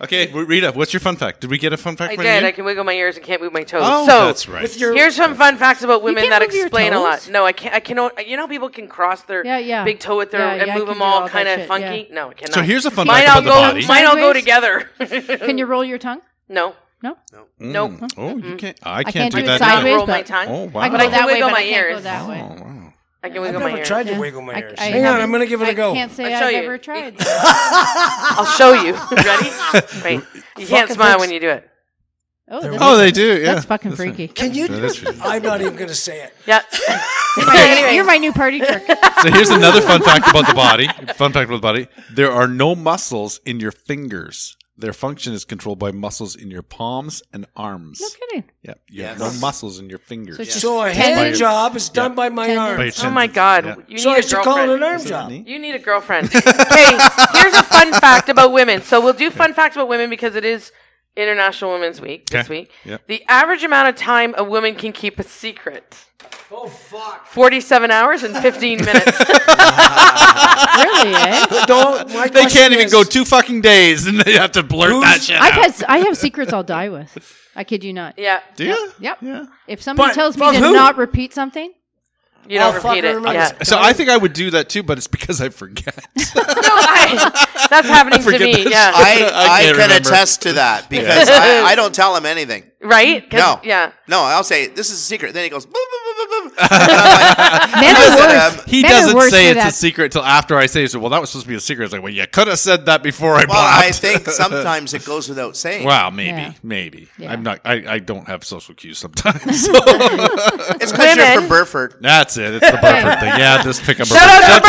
S2: okay, well, Rita, what's your fun fact? Did we get a fun fact?
S1: I
S2: from
S1: did.
S2: you?
S1: I can wiggle my ears and can't move my toes.
S2: oh,
S1: so
S2: that's right.
S3: With your
S1: here's some fun facts about women
S5: can't
S1: that
S5: move your
S1: explain a lot.
S5: toes?
S1: No, I can't. I can. You know, how people can cross their
S5: Yeah, yeah.
S1: big toe with their
S5: Yeah,
S1: and
S5: yeah, I
S1: move them
S5: can do all
S1: all
S5: that
S1: kind of
S5: shit,
S1: funky. No, I cannot.
S2: so here's a fun
S1: mine
S2: fact
S1: all
S2: about the body.
S1: go. Mine all go
S5: Sideways?
S1: together.
S5: Can you roll your tongue?
S1: No,
S5: No,
S2: Mm.
S1: Nope.
S2: Oh, you
S1: Mm-mm.
S2: can't. I
S5: can't
S2: can't,
S5: do it
S2: that.
S1: I
S5: sideways,
S1: roll my
S5: but-
S1: tongue.
S2: Oh wow!
S5: I can
S1: But I
S5: go
S1: can
S5: that way,
S1: wiggle
S5: but
S1: my
S5: I can't go
S1: ears.
S5: that way.
S2: Oh, wow.
S1: I can
S3: I've
S1: wiggle my
S3: never
S1: ears.
S3: tried
S5: Yeah.
S3: to wiggle my
S5: I-
S3: ears.
S5: I
S3: Hang on,
S5: haven't-
S3: I'm going to give it
S5: I
S3: a go.
S5: can't say
S1: I'll show
S5: I've
S1: you. [LAUGHS]
S5: ever tried. Oh,
S1: I'll show
S3: [LAUGHS]
S1: you. Ready? Wait. You can't
S3: Fucking
S1: smile
S3: things.
S1: when you do it.
S5: Oh, that
S2: Oh,
S5: is-
S2: they do. Yeah,
S5: that's fucking freaky.
S3: Can you?
S2: No, that's really-
S3: [LAUGHS] I'm not even going to say it.
S1: Yeah.
S5: You're my- You're my
S1: [LAUGHS]
S5: new party trick.
S2: So here's another fun fact about the body. Fun fact about the body: there are no muscles in your fingers. Their function is controlled by muscles in your palms and arms.
S5: No kidding.
S2: Yeah, you have
S4: Yes.
S2: no muscles in your fingers.
S5: So it's just-
S3: So a
S5: Tendon.
S3: hand job is done
S2: Yeah.
S3: by my
S5: Tendon.
S3: arm.
S2: By your
S1: Oh my
S2: tendons.
S1: God.
S2: Yeah.
S1: You
S3: So I
S1: need a
S3: should call it
S1: girlfriend.
S3: an arm
S2: Isn't that
S3: job.
S2: neat?
S1: You need
S2: [LAUGHS]
S1: a girlfriend. Okay, here's a fun fact about women. So we'll do fun facts about women because it is International Women's Week this
S2: Okay.
S1: week.
S2: Yep.
S1: The average amount of time a woman can keep a secret:
S3: Oh fuck!
S1: 47 hours and
S2: [LAUGHS]
S1: 15 minutes.
S5: Really,
S1: [LAUGHS]
S5: eh? [LAUGHS]
S3: Don't. My
S2: They
S3: question
S2: can't even
S3: is,
S2: go two fucking days, and they have to blurt that shit
S5: I've
S2: out.
S5: had, I have secrets I'll die with. I kid you not.
S1: yeah,
S2: Do you?
S5: Yep.
S2: Yeah.
S5: If somebody
S3: But-
S5: tells me
S3: but
S5: to
S3: who?
S5: not repeat
S1: [LAUGHS]
S5: something,
S1: you don't
S3: Oh, fuck,
S1: repeat
S3: I
S1: it.
S3: remember.
S1: Yeah.
S2: So I think I would do that too, but it's because I
S5: [LAUGHS]
S2: forget.
S1: [LAUGHS]
S2: [LAUGHS]
S1: No, I- that's happening to
S2: forget
S1: me.
S2: this.
S1: Yeah.
S2: [LAUGHS] I
S4: I, I,
S2: can't
S4: can
S2: remember.
S4: attest to that because I, I don't tell him anything.
S1: Right? 'Cause-
S4: No.
S1: Yeah.
S4: No, I'll say this is a secret. Then he goes. "Boop, boop, boop, boop, boop."
S2: [LAUGHS]
S4: And I'm like,
S5: Men are
S4: "Listen,
S5: worse.
S4: um,
S2: He
S5: Men are
S2: doesn't
S5: worse
S2: say
S5: for
S2: it's a
S5: that.
S2: secret till after I say. So well, that was supposed to be a secret. It's like, well, you could have said that before I.
S4: well, I
S2: bopped." [LAUGHS]
S4: think sometimes it goes without saying.
S2: Wow, maybe,
S5: Yeah.
S2: maybe.
S5: Yeah.
S2: I'm not. I, I don't have social cues sometimes. [LAUGHS] so-
S4: It's because you're
S1: Women-
S4: from Burford.
S2: That's it. It's the Burford thing. Yeah, just pick up.
S1: Shout out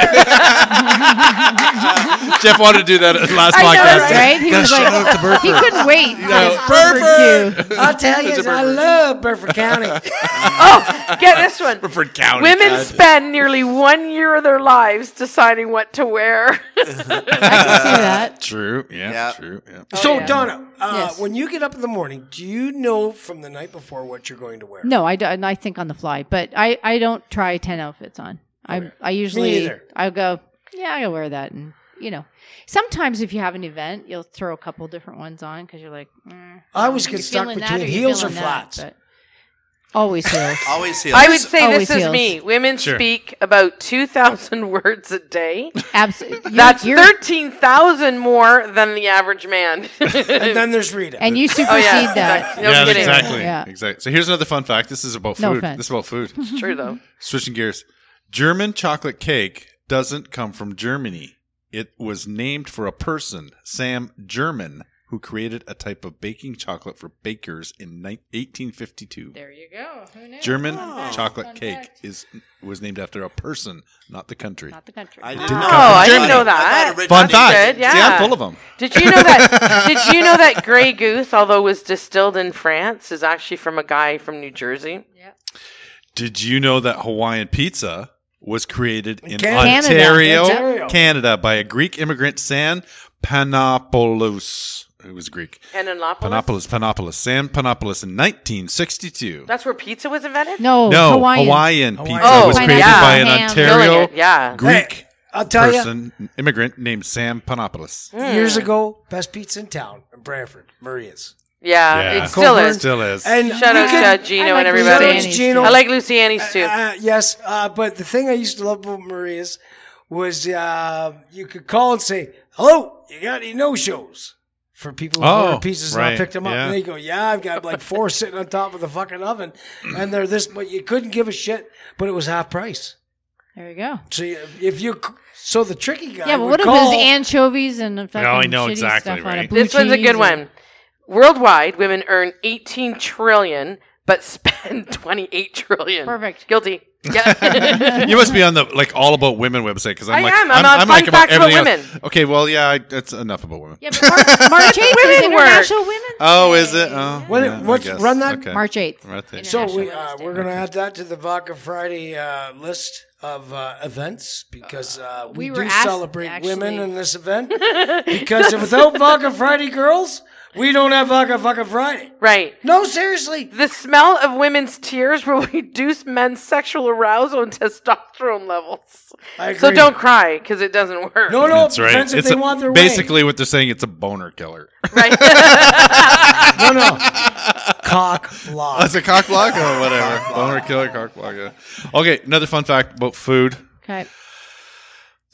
S1: to Burford!
S2: [LAUGHS] Jeff wanted to do
S5: [LAUGHS]
S2: that at last
S1: I know,
S2: podcast.
S1: right?
S5: right? He was
S2: shout out
S5: like,
S2: to Burford.
S5: [LAUGHS] he couldn't wait. for
S2: know,
S5: [LAUGHS] his barbecue.
S3: [LAUGHS] I'll tell you, I love Burford County.
S1: Oh, get this
S2: [LAUGHS]
S1: one.
S2: Burford County.
S1: Women
S2: God.
S1: spend nearly one year of their lives deciding what to
S2: [LAUGHS]
S1: wear.
S5: I can see that.
S2: True. Yeah.
S4: Yeah.
S2: True. Yeah.
S3: so
S1: yeah.
S3: Donna, uh,
S5: Yes.
S3: when you get up in the morning, do you know from the night before what you're going to wear?
S5: No, I don't. I think on the fly, but I, I don't try ten outfits on. I I usually
S3: either.
S5: I go yeah I'll wear that and you know sometimes if you have an event you'll throw a couple different ones on because you're like mm,
S3: I always get
S5: you're
S3: stuck
S5: feeling that
S3: between
S5: you're
S3: heels or
S5: feeling that,
S3: flats.
S5: but always heels.
S4: Always heals.
S1: I would say
S5: Always
S1: this is
S5: heels.
S1: me. Women
S2: Sure.
S1: speak about 2,000 [LAUGHS] words a
S2: [LAUGHS]
S1: day.
S5: Absolutely.
S1: That's 13,000 more than the average man. [LAUGHS]
S3: And then there's Rita.
S5: and you supersede
S1: oh, yeah.
S5: that.
S1: exactly. No
S2: yeah,
S1: kidding.
S2: exactly.
S5: Yeah.
S2: Exactly. So here's another fun fact. This is about food.
S5: No offense.
S2: this is about food.
S1: It's true, though.
S2: Switching gears. German chocolate cake doesn't come from Germany. It was named for a person, Sam German, who created a type of baking chocolate for bakers in ni- 1852.
S5: There you go. Who knew?
S2: German
S5: Fun fact,
S2: chocolate
S5: fun
S2: cake
S5: fact.
S2: is was named after a person, not the country.
S5: Not the country.
S4: I
S2: Didn't
S4: know.
S2: come from
S1: I didn't
S2: Germany.
S1: know that.
S4: I thought
S2: Fun
S4: originally-
S2: fact.
S1: good, yeah.
S2: See, I'm full of them.
S1: Did you
S2: [LAUGHS]
S1: know that? did you know that Grey Goose, although it was distilled in France, is actually from a guy from New Jersey?
S2: Did you know that Hawaiian pizza was created in
S3: Canada.
S2: Ontario,
S3: Ontario.
S2: Canada, by a Greek immigrant, San Panopoulos, who was Greek.
S1: And in
S2: Panopoulos,
S1: Panopolis.
S2: Panopoulos, San Panopoulos in 1962.
S1: That's where pizza was invented?
S5: No,
S2: no,
S5: Oh, Hawaiian.
S2: Hawaiian, pizza
S1: Hawaiian.
S2: was
S1: Oh,
S2: created
S1: yeah.
S2: by an
S5: Ham.
S1: Killing
S2: Ontario
S1: it, Yeah.
S2: Greek
S3: Hey, I'll tell
S2: person, immigrant named Sam Panopoulos.
S1: Hmm.
S3: you, years ago, best pizza in town in Branford, Maria's.
S1: Yeah,
S2: Yeah.
S1: it still
S3: Coburn.
S1: is.
S2: Still is.
S3: And
S1: Shout
S3: you
S1: out
S3: can-
S1: to Gino
S5: I like
S1: and
S3: Shout out
S1: everybody.
S3: to
S5: Luciani's
S3: Gino.
S1: I like Luciani's too.
S3: Uh, yes, uh, but the thing I used to love about Maria's was uh, you could call and say, "Hello, you got any no shows?" For people who
S2: Oh,
S3: order pizzas and
S2: right,
S3: I picked them up,
S2: yeah.
S3: and they go, "Yeah, I've got like
S2: [LAUGHS]
S3: four sitting on top of the fucking oven, and they're this." But you couldn't give a shit, but it was half price.
S5: There you go.
S3: So you, if you, so the tricky guy,
S5: Yeah, but
S3: would
S5: what if
S3: call,
S5: there's anchovies and fucking
S2: No, I know
S5: shitty
S2: exactly,
S5: stuff on
S2: right?
S5: a blue
S1: this one's a
S5: cheese
S1: good
S5: or-
S1: one. Worldwide, women earn 18 trillion but spend [LAUGHS] 28 trillion.
S5: Perfect.
S1: Guilty.
S2: [LAUGHS]
S1: Yeah. [LAUGHS]
S2: you must be on the like all about women website because I'm
S1: I
S2: like
S1: am. I'm on fun
S2: like about
S1: facts about
S2: everything else.
S1: women.
S2: Okay, well yeah, I, that's enough about women.
S1: [LAUGHS]
S5: Yeah, but Mar- March 8th is
S1: Women work.
S5: International Women's
S2: Oh, is
S5: Day.
S2: it? Oh,
S3: What-
S2: yeah, I
S3: what's-
S2: guess.
S3: run that?
S2: Okay.
S5: March 8th.
S2: Right there.
S5: Internet.
S3: So we,
S5: International
S3: uh,
S5: Women's Day.
S3: we're going to add that to the Vodka Friday uh, list of uh, events because uh, we,
S5: we were
S3: do
S5: asked-
S3: celebrate women
S5: actually-
S3: in this event. because if without Vodka Friday girls, we don't have Vodka Vodka Friday.
S1: right.
S3: No, seriously.
S1: The smell of women's tears will [LAUGHS] reduce men's sexual arousal and testosterone levels.
S3: I agree.
S1: So don't cry because it doesn't work.
S3: No, no.
S2: That's
S3: That's
S2: right.
S3: if
S2: It's
S3: they
S2: a-
S3: want their
S2: basically what they're saying. It's a boner killer.
S1: Right.
S3: way. No,
S2: [LAUGHS]
S3: no. Cock block.
S2: That's a cock block or whatever.
S1: [LAUGHS]
S2: boner killer, cock block. Yeah. Okay, another fun fact about food:
S5: Okay.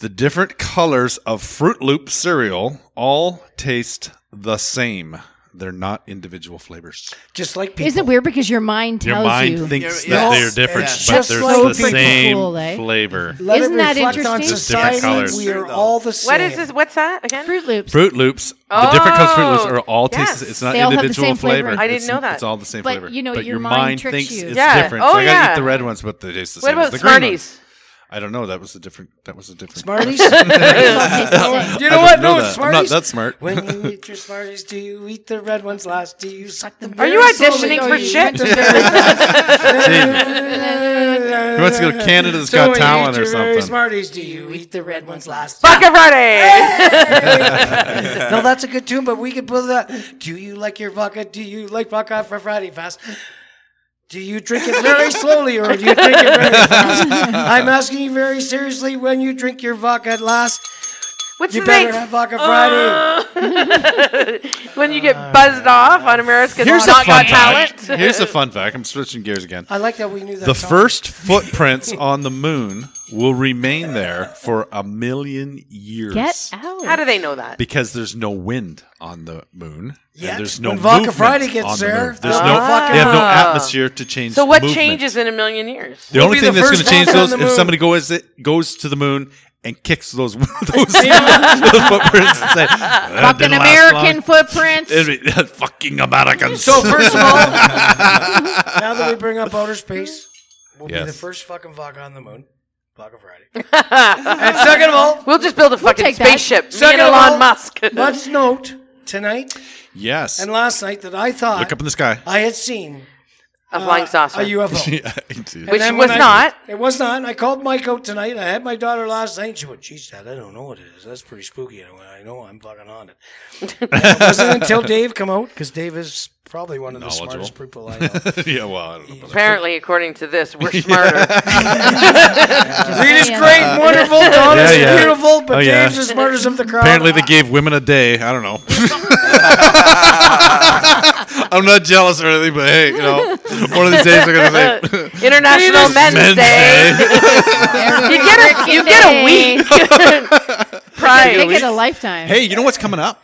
S2: the different colors of Fruit Loop cereal all taste the same. They're not individual flavors.
S3: Just like people.
S5: Is it weird because your mind tells
S2: Your mind
S5: you?
S2: thinks
S4: Yeah,
S2: that
S3: yeah.
S2: they're different,
S4: Yes.
S2: but
S3: Just
S2: they're
S3: like
S2: the
S3: freaking
S2: same
S5: cool, eh?
S2: flavor.
S3: Let
S5: Isn't
S3: it
S5: that
S3: reflect on
S5: interesting?
S2: Just different colours.
S3: society. We are all the same.
S1: [LAUGHS] What is this? What's that again?
S5: Fruit Loops.
S2: Fruit Loops, the different colors of Fruit Loops
S1: Oh,
S2: are all taste.
S1: yes.
S2: It's not
S5: They all have the
S2: individual
S5: same flavor.
S2: flavor.
S1: I didn't
S2: It's-
S1: know that.
S2: It's all the same
S5: But,
S2: flavor.
S5: you know,
S2: but
S5: your
S2: your
S5: mind
S2: mind
S5: tricks
S2: thinks
S5: you.
S2: it's
S1: Yeah.
S2: different.
S1: Oh,
S2: so I gotta
S1: yeah.
S2: eat the red ones, but they taste the
S1: What
S2: same. as
S1: about
S2: the green ones.
S1: Smarties?
S2: I don't know. That was a different. [LAUGHS] That was a different.
S3: Smarties?
S2: I
S3: you know
S2: don't
S3: what? No,
S2: that. I'm not
S3: it's Smarties.
S2: that smart.
S3: When you
S2: [LAUGHS]
S3: eat your Smarties, do you eat the red ones last? Do you suck them?
S1: Are you
S3: very slowly?
S1: auditioning
S3: No,
S1: for
S3: you
S1: shit?
S5: [LAUGHS]
S3: eat them very-
S2: He wants to go to Canada's
S3: So
S2: Got
S3: when you
S2: Talent
S3: eat
S2: or
S3: your very
S2: something.
S3: Smarties, do you eat the red ones last?
S1: [LAUGHS] Fuck a Friday.
S3: no, that's a good tune, but we could pull that. Do you like your vodka? Do you like vodka for Friday fast? Do you drink it very slowly or do you drink it very fast? I'm asking you very seriously when you drink your vodka at last.
S1: What's
S3: You
S1: the
S3: better
S1: next?
S3: have vodka
S1: Uh,
S3: Friday.
S1: [LAUGHS] when you get buzzed off on America's
S2: Oh, Here's a
S1: Not
S2: fun
S1: Got
S2: fact.
S1: Talent.
S2: Here's
S1: [LAUGHS]
S2: a fun fact. I'm switching gears again.
S3: I like that we knew that.
S2: The
S3: song.
S2: first footprints on the moon will remain there for a million years.
S5: Get out.
S1: How do they know that?
S2: Because there's no wind on the moon.
S3: Yet,
S2: and there's no
S3: when Vodka
S2: movement
S3: Friday gets
S2: on the
S3: there,
S2: moon. There's
S3: the
S2: no,
S3: vodka-
S2: they have no
S1: Ah.
S2: atmosphere to change.
S1: So what
S2: movement.
S1: changes in a million years?
S2: The
S1: [LAUGHS]
S3: We'll
S2: only
S3: be
S2: thing
S3: the
S2: that's going
S3: first
S2: to change
S3: vodka on
S2: those
S3: the
S2: if
S3: moon.
S2: somebody goes goes to the moon and kicks those [LAUGHS] those, those
S3: [LAUGHS]
S2: footprints. And say, "That
S5: Fucking
S2: didn't last long."
S5: American footprints.
S2: It'd be, [LAUGHS] fucking Americans.
S3: So first of all,
S2: [LAUGHS]
S3: now that we bring
S1: [LAUGHS]
S3: up outer space, we'll be the
S2: Yes.
S3: first fucking vodka on the moon. Vodka
S1: [LAUGHS]
S3: Friday. and second of all,
S1: We'll just build a fucking
S5: take that.
S1: spaceship. Me
S3: Second
S1: and
S3: of
S1: Elon
S3: all,
S1: Musk. [LAUGHS]
S3: let's note tonight
S2: yes.
S3: and last night that I thought
S2: Look up in the sky.
S3: I had seen
S1: a
S3: uh,
S1: flying saucer.
S3: a
S2: [LAUGHS]
S3: UFO.
S2: Yeah, I do.
S1: Which
S3: then
S1: was
S3: when I-
S1: not.
S3: It was not. I called Mike out tonight. I had my daughter last night. She went, "Geez, Dad, I don't know what it is. That's pretty spooky." And I went, "I know. I'm fucking on it."
S2: [LAUGHS]
S3: it wasn't until Dave come out because Dave is probably one of the
S2: Knowledgeable.
S3: smartest
S2: [LAUGHS]
S3: people I know.
S2: yeah, well, I don't know. About that.
S1: Apparently, according to this,
S2: [LAUGHS]
S1: we're smarter.
S3: Rita's great, wonderful,
S2: [LAUGHS]
S3: Donna's
S2: Yeah, yeah.
S3: beautiful, but
S2: Oh, yeah.
S3: Dave's the smartest of the crowd.
S2: Apparently, they gave women a day. I don't know. [LAUGHS] I'm not jealous or anything, but hey, you know, one of these days they're gonna
S3: [LAUGHS]
S2: say
S1: International Men's,
S2: Men's
S1: Day.
S2: Day.
S1: you get a you get a [LAUGHS] week.
S2: [LAUGHS]
S1: [LAUGHS] Pride.
S5: They get a
S2: [LAUGHS]
S5: lifetime.
S2: hey, you know what's coming up?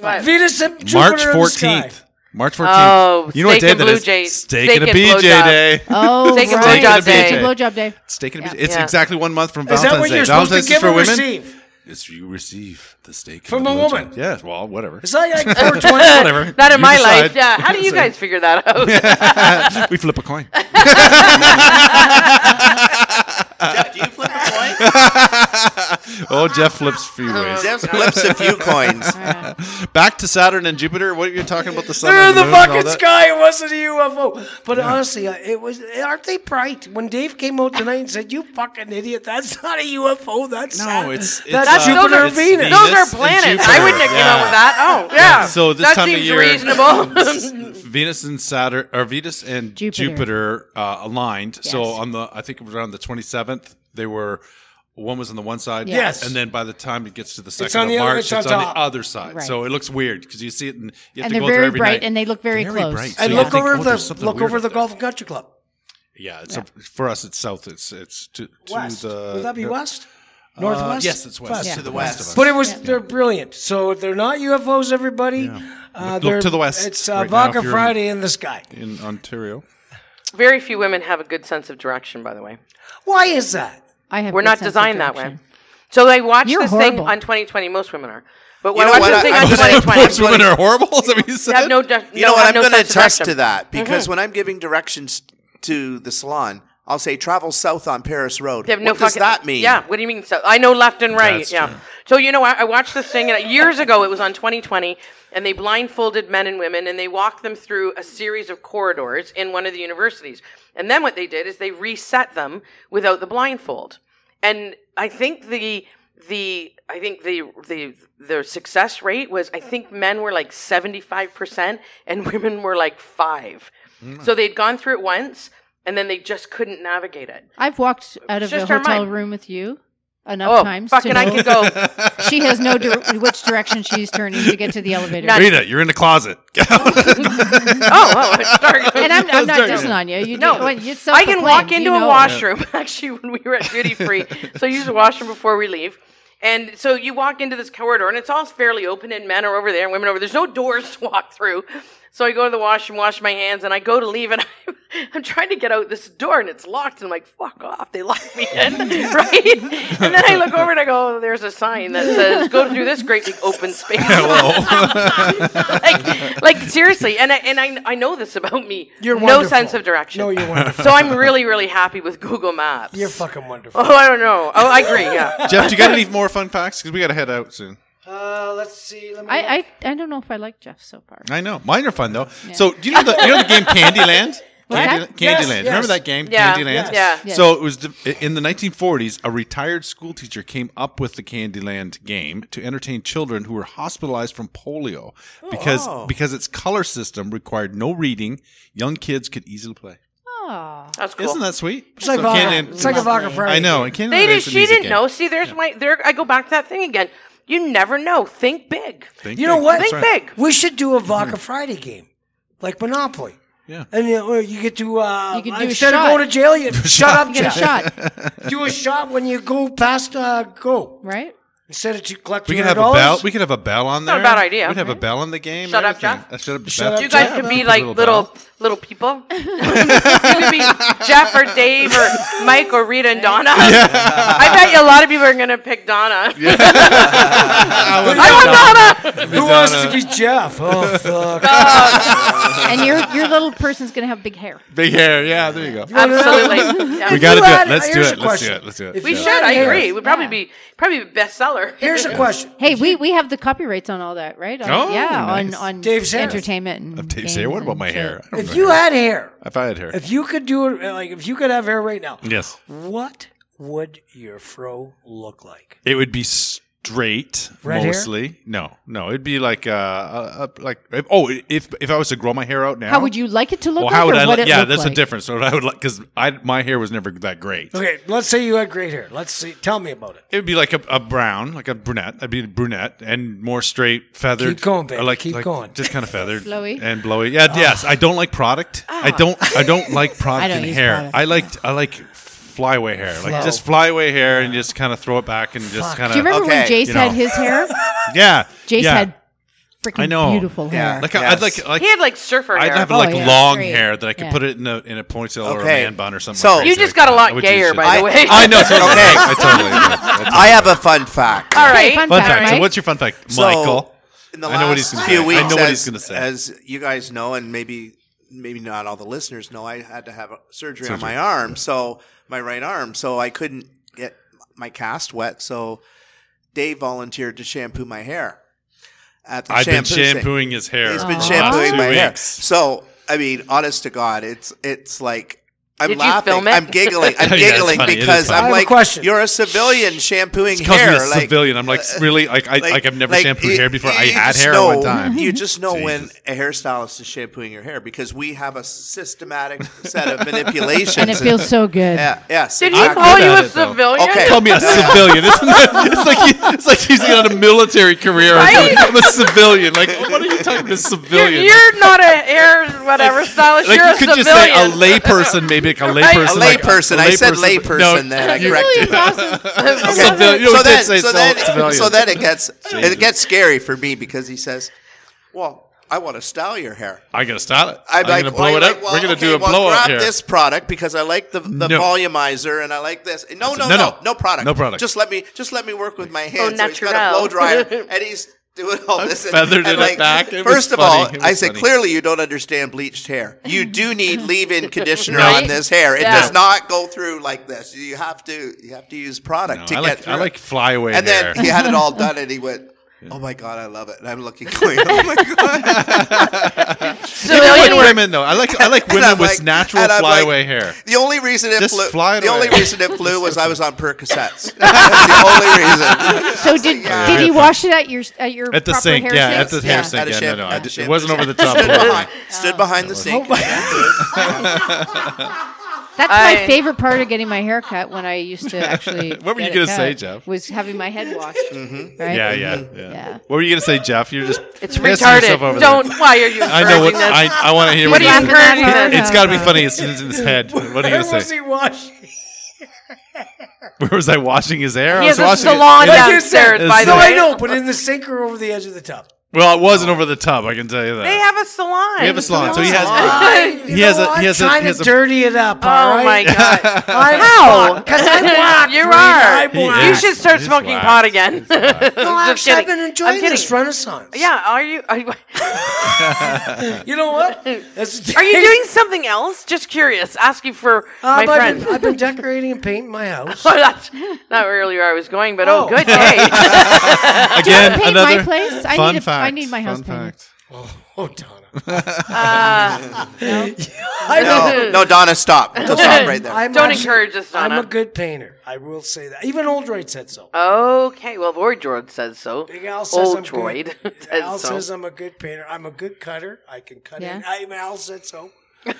S1: What?
S3: Venus and
S2: March
S3: Jupiter in the sky.
S2: 14th. March 14th.
S1: Oh,
S2: you know what
S1: steak
S2: day
S1: and
S2: that
S1: blue
S2: is?
S1: jay-
S2: Steak,
S1: steak
S2: and a
S1: and
S2: BJ
S1: blowjob.
S2: day.
S5: Oh,
S1: Take a
S5: right.
S2: blowjob
S5: Take a
S2: day.
S5: blowjob day.
S2: Steak and a
S5: Yeah.
S2: BJ. It's
S1: Yeah.
S2: exactly one month from
S3: Is
S2: Valentine's
S3: that what
S2: Day.
S3: you're supposed to
S2: Valentine's
S3: give
S2: is for
S3: or
S2: women.
S3: receive?
S2: It's you receive the steak and
S3: From
S2: the
S3: a
S2: blowjob.
S3: woman.
S2: Yeah, well, whatever.
S3: Is that like
S2: [LAUGHS]
S3: 420?
S2: whatever.
S1: Not in
S2: You
S1: my
S2: decide.
S1: life. Yeah. How do you
S2: So- [LAUGHS]
S1: guys figure that out?
S2: we flip a
S1: [LAUGHS]
S2: coin.
S4: Jeff, do you flip a coin?
S2: [LAUGHS] oh, Jeff flips a few ways.
S4: Jeff flips a
S1: [LAUGHS]
S4: few coins.
S5: Uh,
S2: [LAUGHS] Back to Saturn and Jupiter. What are you talking about? The sun.
S3: They're in
S2: and
S3: the
S2: moon and all
S3: fucking
S2: that?
S3: sky. It wasn't a UFO. But honestly, uh, it was. Aren't they bright? When Dave came out tonight and said, "You fucking idiot, that's not a UFO. That's
S2: No,
S3: Saturn."
S2: it's, it's
S3: That's
S2: uh,
S1: Jupiter or
S2: it's
S3: Venus.
S1: Those are
S2: Venus and
S1: planets. I
S2: Jupiter.
S1: wouldn't have came up
S2: Yeah.
S1: with that. Oh, yeah.
S2: So this
S1: that
S2: time of
S1: seems
S2: year-
S1: reasonable.
S2: [LAUGHS] Venus and Saturn, or Venus and
S5: Jupiter.
S2: Jupiter, uh, aligned. So
S5: Yes.
S2: on the, I think it was around the 27th, they were, one was on the one side.
S3: Yes.
S2: And then by the time it gets to the second
S3: on
S2: of
S3: the other-
S2: March,
S3: it's
S2: it's,
S3: on
S2: on,
S3: top.
S2: the other side.
S5: Right.
S2: So it looks weird because you see it and you have
S5: and
S2: to
S5: they're
S2: go through
S5: very
S2: every
S5: bright,
S2: night.
S5: and they look very,
S2: Very
S5: close.
S2: bright.
S3: and
S2: Yeah.
S3: look
S2: Think,
S3: over
S2: oh, there's
S3: the
S2: something
S3: look
S2: weird
S3: over
S2: up
S3: the
S2: there.
S3: Golf and Country Club
S2: yeah, it's a- for us it's south. It's it's to, to
S3: west.
S2: the
S3: Would that be
S2: uh,
S3: west?
S2: uh,
S3: Northwest?
S2: yes, it's west.
S3: West.
S2: It's
S5: Yeah.
S2: To the west. of
S3: But
S2: us.
S3: it was they're brilliant. So they're not UFOs, everybody. Uh,
S2: Look- look
S3: they're-
S2: to the west
S3: It's uh,
S2: right now
S3: Vodka
S2: if you're in-
S3: Friday in the sky.
S2: in Ontario.
S1: Very few women have a good sense of direction, by the way.
S3: Why is that?
S5: I have
S1: We're
S5: good
S1: not
S5: sense of
S1: designed that way.
S5: direction.
S1: So I watch
S5: You're
S1: this
S5: horrible.
S1: thing on 2020. Most women are. But
S4: You
S1: when
S4: know
S1: I watch this
S4: what?
S1: thing
S4: I-
S1: on
S4: I'm gonna- [LAUGHS]
S1: 2020,
S4: That's
S2: Most women are horrible. Is that what you
S1: I
S2: said?
S1: have no, di-
S4: You know
S1: no,
S4: what?
S1: have
S4: I'm
S1: no
S4: going
S1: sense
S4: to
S1: of Mm-hmm.
S4: attest
S1: direction.
S4: to that because when I'm giving directions to the salon, I'll say travel south on Paris Road.
S1: They have no
S4: what does
S1: fucking-
S4: that mean?
S1: Yeah, what do you mean? So I know left and right.
S2: That's
S1: yeah.
S2: true.
S1: So you know, I, I watched this thing and years ago. It was on 2020, and they blindfolded men and women, and they walked them through a series of corridors in one of the universities. And then what they did is they reset them without the blindfold. And I think the the I think the the the success rate was I think men were like 75 percent and [LAUGHS] women were like five.
S2: Hmm.
S1: So they'd gone through it once, and then they just couldn't navigate it.
S5: I've walked out of a
S1: Just her
S5: hotel
S1: mind.
S5: room with you enough times. to
S1: Oh, fucking! I
S5: know
S1: could go.
S5: [LAUGHS]
S2: [LAUGHS]
S5: She has no dir- which direction she's turning to get to
S1: [LAUGHS]
S5: the elevator.
S1: None.
S2: Rita, you're in the
S5: [LAUGHS]
S2: closet. [LAUGHS]
S1: Oh, oh, it's dark. [LAUGHS]
S5: And I'm, I'm not
S2: Sorry.
S5: dissing on you. You
S1: No.
S5: do, well, it's
S1: I can walk
S5: self-proclaimed,
S1: into
S5: you
S1: a
S5: know.
S1: washroom. [LAUGHS] Actually, when we were at duty free, so you use the washroom before we leave. And so you walk into this corridor, and it's all fairly open, and men are over there and women are over. There's no doors [LAUGHS] to walk through. So I go to the washroom, wash my hands, and I go to leave, and [LAUGHS] I'm, I'm trying to get out this door, and it's locked. And I'm like, "Fuck off!" They locked me
S5: [LAUGHS]
S1: in, [LAUGHS] right? And then I look over and I go, oh, "There's a sign that says go through this great big open space." [LAUGHS]
S5: [LAUGHS]
S2: Hello. [LAUGHS]
S1: like, like seriously, and I, and I, I know this about me.
S3: You're
S1: no
S3: wonderful.
S1: sense of direction.
S2: [LAUGHS]
S3: No, you're wonderful.
S1: So
S3: [LAUGHS]
S1: I'm really, really happy with Google Maps.
S3: You're fucking wonderful.
S1: oh, I don't know. Oh, I agree.
S3: [LAUGHS]
S1: Yeah.
S2: Jeff, do you got any more fun facts? Because we got to head out soon.
S3: Uh, let's see. Let me look.
S5: I, I I don't know if I like Jeff so far.
S2: I know. Mine are fun though. So do you know the you know the game
S1: [LAUGHS]
S2: Candyland?
S5: What's
S2: Candy, Candyland.
S5: that?
S3: Yes, yes.
S2: Remember that game,
S1: Yeah.
S2: Candyland?
S1: Yeah.
S5: Yes.
S2: So it was de- in the 1940s. A retired school teacher came up with the Candyland game to entertain children who were hospitalized from polio
S1: Oh,
S2: because
S4: wow.
S2: because its color system required no reading. Young kids could easily play.
S5: Oh.
S1: That's cool.
S2: Isn't that sweet?
S3: It's like
S2: So
S3: Vodka.
S2: Candyland-
S3: It's like a Vodka
S5: Lovely.
S3: Friday.
S2: I know. And Candyland
S1: they did,
S2: is an
S1: she
S2: easy
S1: didn't
S2: game.
S1: know. See, there's my there. I go back to that thing again. You never know. Think big.
S2: Think
S3: You know what?
S2: That's
S1: Think
S2: right.
S1: big.
S3: We should do a Vodka Friday game, like Monopoly.
S2: Mm-hmm. Yeah.
S3: And you, know, you get to uh,
S5: You could do a
S3: instead of
S5: shot.
S3: going to
S2: [LAUGHS]
S3: jail, you shut up,
S5: Get a
S3: Jeff.
S5: shot,
S1: [LAUGHS]
S3: Do a shot when you go past uh, go
S5: right? [LAUGHS]
S3: instead of to collect.
S2: We could have a
S3: $200.
S2: bell. We could have a bell on there.
S1: Not a bad idea.
S2: We'd have a
S5: Right.
S2: bell in the game.
S1: Shut up,
S2: everything.
S1: Jeff.
S2: Uh, Shut up,
S3: Shut
S2: Jeff.
S3: up,
S1: You guys
S3: Yeah,
S1: could be
S2: Put a
S1: like little [LAUGHS]
S2: bell.
S1: little, people. you could be Jeff or Dave or Mike or Rita and Donna. I bet you a lot of people are gonna pick Donna.
S2: [LAUGHS] I would-
S1: [LAUGHS] I want Donna.
S3: Who wants to
S2: uh,
S3: be Jeff?
S2: [LAUGHS]
S3: Oh fuck!
S5: Uh, And your your little person's gonna have big hair.
S2: Big hair. Yeah, there you go.
S1: Absolutely. Yeah.
S2: We got to do
S3: you had
S2: it.
S3: it,
S2: Let's do
S3: here's
S2: it. Let's
S3: a
S2: do
S3: question.
S2: it. Let's do it.
S3: If
S1: We
S3: you
S1: should.
S3: had
S1: I
S3: hair-
S1: agree. We'd probably be probably be bestseller.
S3: Here's a question.
S5: Hey, we, we have the copyrights on all that, right? On,
S2: Oh,
S5: yeah,
S2: nice.
S5: on on
S3: Dave's hair.
S5: entertainment. And
S2: Dave, say,
S5: games
S2: what about
S5: and
S2: my
S5: shit.
S2: hair? I don't
S3: If
S2: know
S3: you
S2: hair.
S3: had hair,
S2: if I had hair,
S3: if you could do it, uh, like if you could have hair right now,
S2: yes,
S3: what would your fro look like?
S2: it would be straight
S3: Red hair?
S2: mostly. No, no, it'd be like uh, uh, uh, like if- oh, if if I was to grow my hair out now,
S5: How would you like it to look
S2: Well,
S5: like?
S2: how would
S5: or
S2: I?
S5: what
S2: li-
S5: it
S2: yeah,
S5: looked
S2: that's
S5: like? Oh,
S2: a difference. What I would like because I my hair was never that great.
S3: Okay, let's say you had great hair. Let's see. Tell me about it.
S2: It would be like a, a brown, like a brunette. I'd be a brunette and more straight, feathered.
S3: Keep going, baby.
S2: I Like,
S3: Keep
S2: like
S3: going. Ah.
S2: Just kind of feathered,
S5: Flowy. Ah.
S2: and blowy. Yeah, yes. I don't like product. I don't. I don't
S5: [LAUGHS]
S2: like product
S5: I don't
S2: in
S5: use
S2: hair.
S5: product.
S2: I like. I like flyaway hair. Like
S3: Flow.
S2: just flyaway hair and just kind of throw it back and just
S3: Fuck.
S2: kind
S5: Do you
S2: of.
S5: remember when
S4: Okay,
S5: Jace
S2: you
S5: had
S2: know. [LAUGHS]
S5: his hair?
S2: Yeah.
S5: Jace
S2: yeah.
S5: had
S2: I
S5: freaking
S2: know.
S5: beautiful
S4: Yeah.
S5: hair.
S2: Like
S4: Yes.
S2: I'd like like.
S1: He had like surfer
S2: I'd
S1: hair.
S2: have
S5: Oh,
S2: like
S5: yeah.
S2: long
S5: Great.
S2: hair that I could
S5: Yeah.
S2: put it in a in a ponytail or a
S4: Okay.
S2: man bun or something.
S4: So-
S2: like
S1: you
S2: that.
S1: just got a
S2: I
S1: lot
S2: would do
S1: gayer,
S2: shit.
S1: by the way.
S3: [LAUGHS]
S2: I know. Totally.
S4: Okay.
S2: I totally. Agree.
S4: I have a fun fact.
S1: All right.
S5: Fun
S2: Fun
S5: fact,
S2: fact. So
S5: right?
S2: what's your fun fact,
S4: So,
S2: Michael?
S4: in the
S2: I know what he's gonna
S4: last few
S2: say. I
S4: weeks,
S2: know what
S4: as,
S2: he's gonna say.
S4: As you guys know, and maybe maybe not all the listeners know, I had to have a surgery, on
S2: Surgery.
S4: my arm, so my right arm, so I couldn't get my cast wet. So Dave volunteered to shampoo my hair. At the
S2: I've been
S4: shampoo stand.
S2: shampooing his hair.
S4: He's
S5: Oh.
S4: been
S2: for the
S5: shampooing
S2: last two
S4: my hair.
S2: weeks.
S4: So I mean, honest to God, it's it's like I'm
S1: Did you
S4: laughing.
S1: film it?
S4: I'm giggling.
S2: [LAUGHS]
S4: I'm
S2: Yeah, it's
S4: giggling
S2: funny. It is
S4: because
S2: funny.
S3: I
S4: I'm
S3: have a
S4: like,
S3: question. [LAUGHS]
S4: you're a civilian shampooing
S2: He calls me
S4: hair.
S2: a
S4: like, uh,
S2: civilian. I'm like, really? Like, I, like, I've never
S4: like,
S2: shampooed
S4: you-
S2: hair before. I
S4: you
S2: had
S4: just
S2: hair
S4: know-
S2: one time.
S4: You just know when
S2: Jesus.
S4: a hairstylist is shampooing your hair because we have a systematic set of manipulations.
S5: and it feels so good. [LAUGHS]
S4: yeah, yes.
S1: Did he
S2: I'm
S4: exactly.
S1: call
S2: good
S1: you
S2: at
S1: a
S2: it, though.
S1: civilian?
S4: Okay.
S2: He called me a civilian. Isn't that, it's like he, it's like he's got a military career. or something. I'm a civilian. Like, what are you talking about,
S1: You're,
S2: civilian?
S1: you're not a hair whatever stylist.
S2: like
S1: you're
S2: you
S1: a
S2: could
S1: civilian.
S2: just say a
S1: [LAUGHS]
S2: layperson, maybe like a layperson, like,
S4: layperson. I said
S2: but-
S4: layperson then,
S2: [LAUGHS]
S4: I
S2: you-
S4: corrected
S5: Civilian's awesome.
S2: a civilian. You know,
S4: so
S2: we did
S4: then,
S2: say
S4: so
S2: it's
S4: then,
S2: all civilian.
S4: so then it gets
S2: Jesus.
S4: it gets scary for me because he says, "Well, I want to style your hair."
S2: I gotta style it.
S4: I'm,
S2: I'm,
S4: like,
S2: gonna
S4: well,
S2: blow it
S4: like,
S2: up.
S4: well,
S2: We're gonna
S4: okay,
S2: do a
S4: well,
S2: blow up
S4: grab
S2: here.
S4: this product because I like the the
S2: No.
S4: volumizer and I like this. No, no,
S2: No,
S4: no,
S2: no.
S4: no, product.
S2: No product.
S4: Just let me just let me work with my hands. so he's got a
S1: natural.
S4: blow dryer and he's doing all
S2: I
S4: this. and-
S2: feathered
S4: and,
S2: it back. It was
S4: first of
S2: funny. It
S4: all, I
S2: was
S4: say
S2: funny.
S4: clearly you don't understand bleached hair. You do need leave-in conditioner
S5: Right?
S4: on this hair. It
S5: Yeah.
S4: does not go through like this. You have to you have to use product
S2: No,
S4: to
S2: I
S4: get
S2: like
S4: through.
S2: I
S4: it.
S2: like flyaway
S4: and
S2: hair.
S4: then he had it
S2: [LAUGHS]
S4: all done, and he went. Oh my god, I love it! And I'm looking, [LAUGHS] going, oh my god!
S1: So
S2: I like
S1: anyway,
S2: women though. I like I like
S4: And
S2: women
S4: I'm
S2: with
S4: like-
S2: natural
S4: and I'm like-
S2: flyaway hair.
S4: The only reason it
S2: Just
S4: flew,
S2: fly it
S4: the only
S2: away.
S4: reason it flew was I was on
S2: [LAUGHS]
S4: Percocets. That's the only reason.
S5: So did
S4: yeah.
S5: did he wash it at your at your
S2: At the
S5: proper
S2: sink,
S5: hair
S2: yeah,
S5: sink?
S2: at the hair sink.
S4: At a
S2: Yeah,
S4: ship,
S2: no, no,
S4: at
S2: I
S4: a
S2: did-
S4: ship,
S2: it wasn't
S4: at a
S2: over the
S4: ship.
S2: top.
S4: Stood behind,
S5: Oh.
S4: stood behind
S3: [LAUGHS]
S4: the sink.
S5: That's my
S1: I-
S5: favorite part of getting my hair cut when I used
S2: [LAUGHS]
S5: to actually.
S2: What were
S5: get
S2: you
S5: it
S2: gonna say,
S5: cut,
S2: Jeff?
S5: Was having my head washed,
S4: Mhm.
S5: right?
S2: Yeah, yeah,
S5: Mm-hmm. Yeah.
S2: yeah. What were you gonna say, Jeff? You're just
S1: it's
S2: pissing yourself
S1: retarded.
S2: Over there.
S1: Don't. Why are you?
S2: I know what
S1: encouraging
S2: I
S1: this?
S2: I want to hear.
S1: What
S2: you
S1: are you
S2: gonna
S5: Laughing at
S1: encouraging
S5: her.
S1: this?
S2: It's got to be funny. It's in his- in his head. What are you
S3: Where
S2: gonna
S3: was
S2: say?
S3: he washing?
S2: Where was I washing his hair? I
S1: He
S2: was
S1: has a
S2: washing it-
S1: salon
S2: it-
S3: Like you
S1: downstairs.
S2: said.
S1: by
S2: It's
S1: the
S3: No,
S1: way,
S2: like-
S3: I know, but in the sink or over the edge of the tub.
S2: Well, it wasn't over the tub. I can tell you that.
S1: They have a salon.
S2: We have a salon, so he has-
S1: Salon.
S2: He has a- he has a-
S3: trying
S2: he has
S3: to
S2: a-
S3: dirty it up. all
S1: oh
S2: [LAUGHS]
S3: right? [LAUGHS]
S1: my god.
S3: I'm
S1: How?
S3: [LAUGHS] Because
S1: [LAUGHS]
S3: I'm black.
S1: You are.
S3: Reed, I'm
S2: He
S3: black.
S2: is.
S1: You should start
S2: He's
S1: smoking
S2: black.
S1: pot again.
S2: He's
S1: [LAUGHS]
S2: black.
S3: No, I'm
S1: Just
S3: just I've
S1: kidding.
S3: been enjoying
S1: I'm
S3: this
S1: kidding.
S3: renaissance.
S1: Yeah. Are you? Are you?
S3: You know [LAUGHS] what? That's
S1: Are you doing something else? Just curious. Asking for [LAUGHS] my
S3: I've,
S1: friend. [LAUGHS]
S3: Been, [LAUGHS] I've been decorating and painting my house.
S1: Oh, that's not really where I was going, but oh,
S3: Oh.
S1: good day.
S2: Again,
S5: paint my
S2: another
S5: place? I
S2: fun
S5: need a- I
S2: fact.
S5: need my house
S2: fun
S5: painted.
S2: fact.
S3: Oh, oh, Donna.
S1: uh,
S2: [LAUGHS]
S3: I
S4: No, no, Donna, stop. Don't stop right there.
S1: [LAUGHS]
S3: I'm
S1: don't
S3: actually-
S1: encourage us, Donna.
S3: I'm a good painter. I will say that. Even Oldroyd said so.
S1: okay, well, Voidroid says so.
S3: Big Al says
S1: Old
S3: I'm [LAUGHS]
S1: droid [LAUGHS]
S3: good. Al
S1: says so.
S3: says I'm a good painter. I'm a good cutter. I can cut
S5: Yeah.
S3: in. I, Al said so.
S1: [LAUGHS]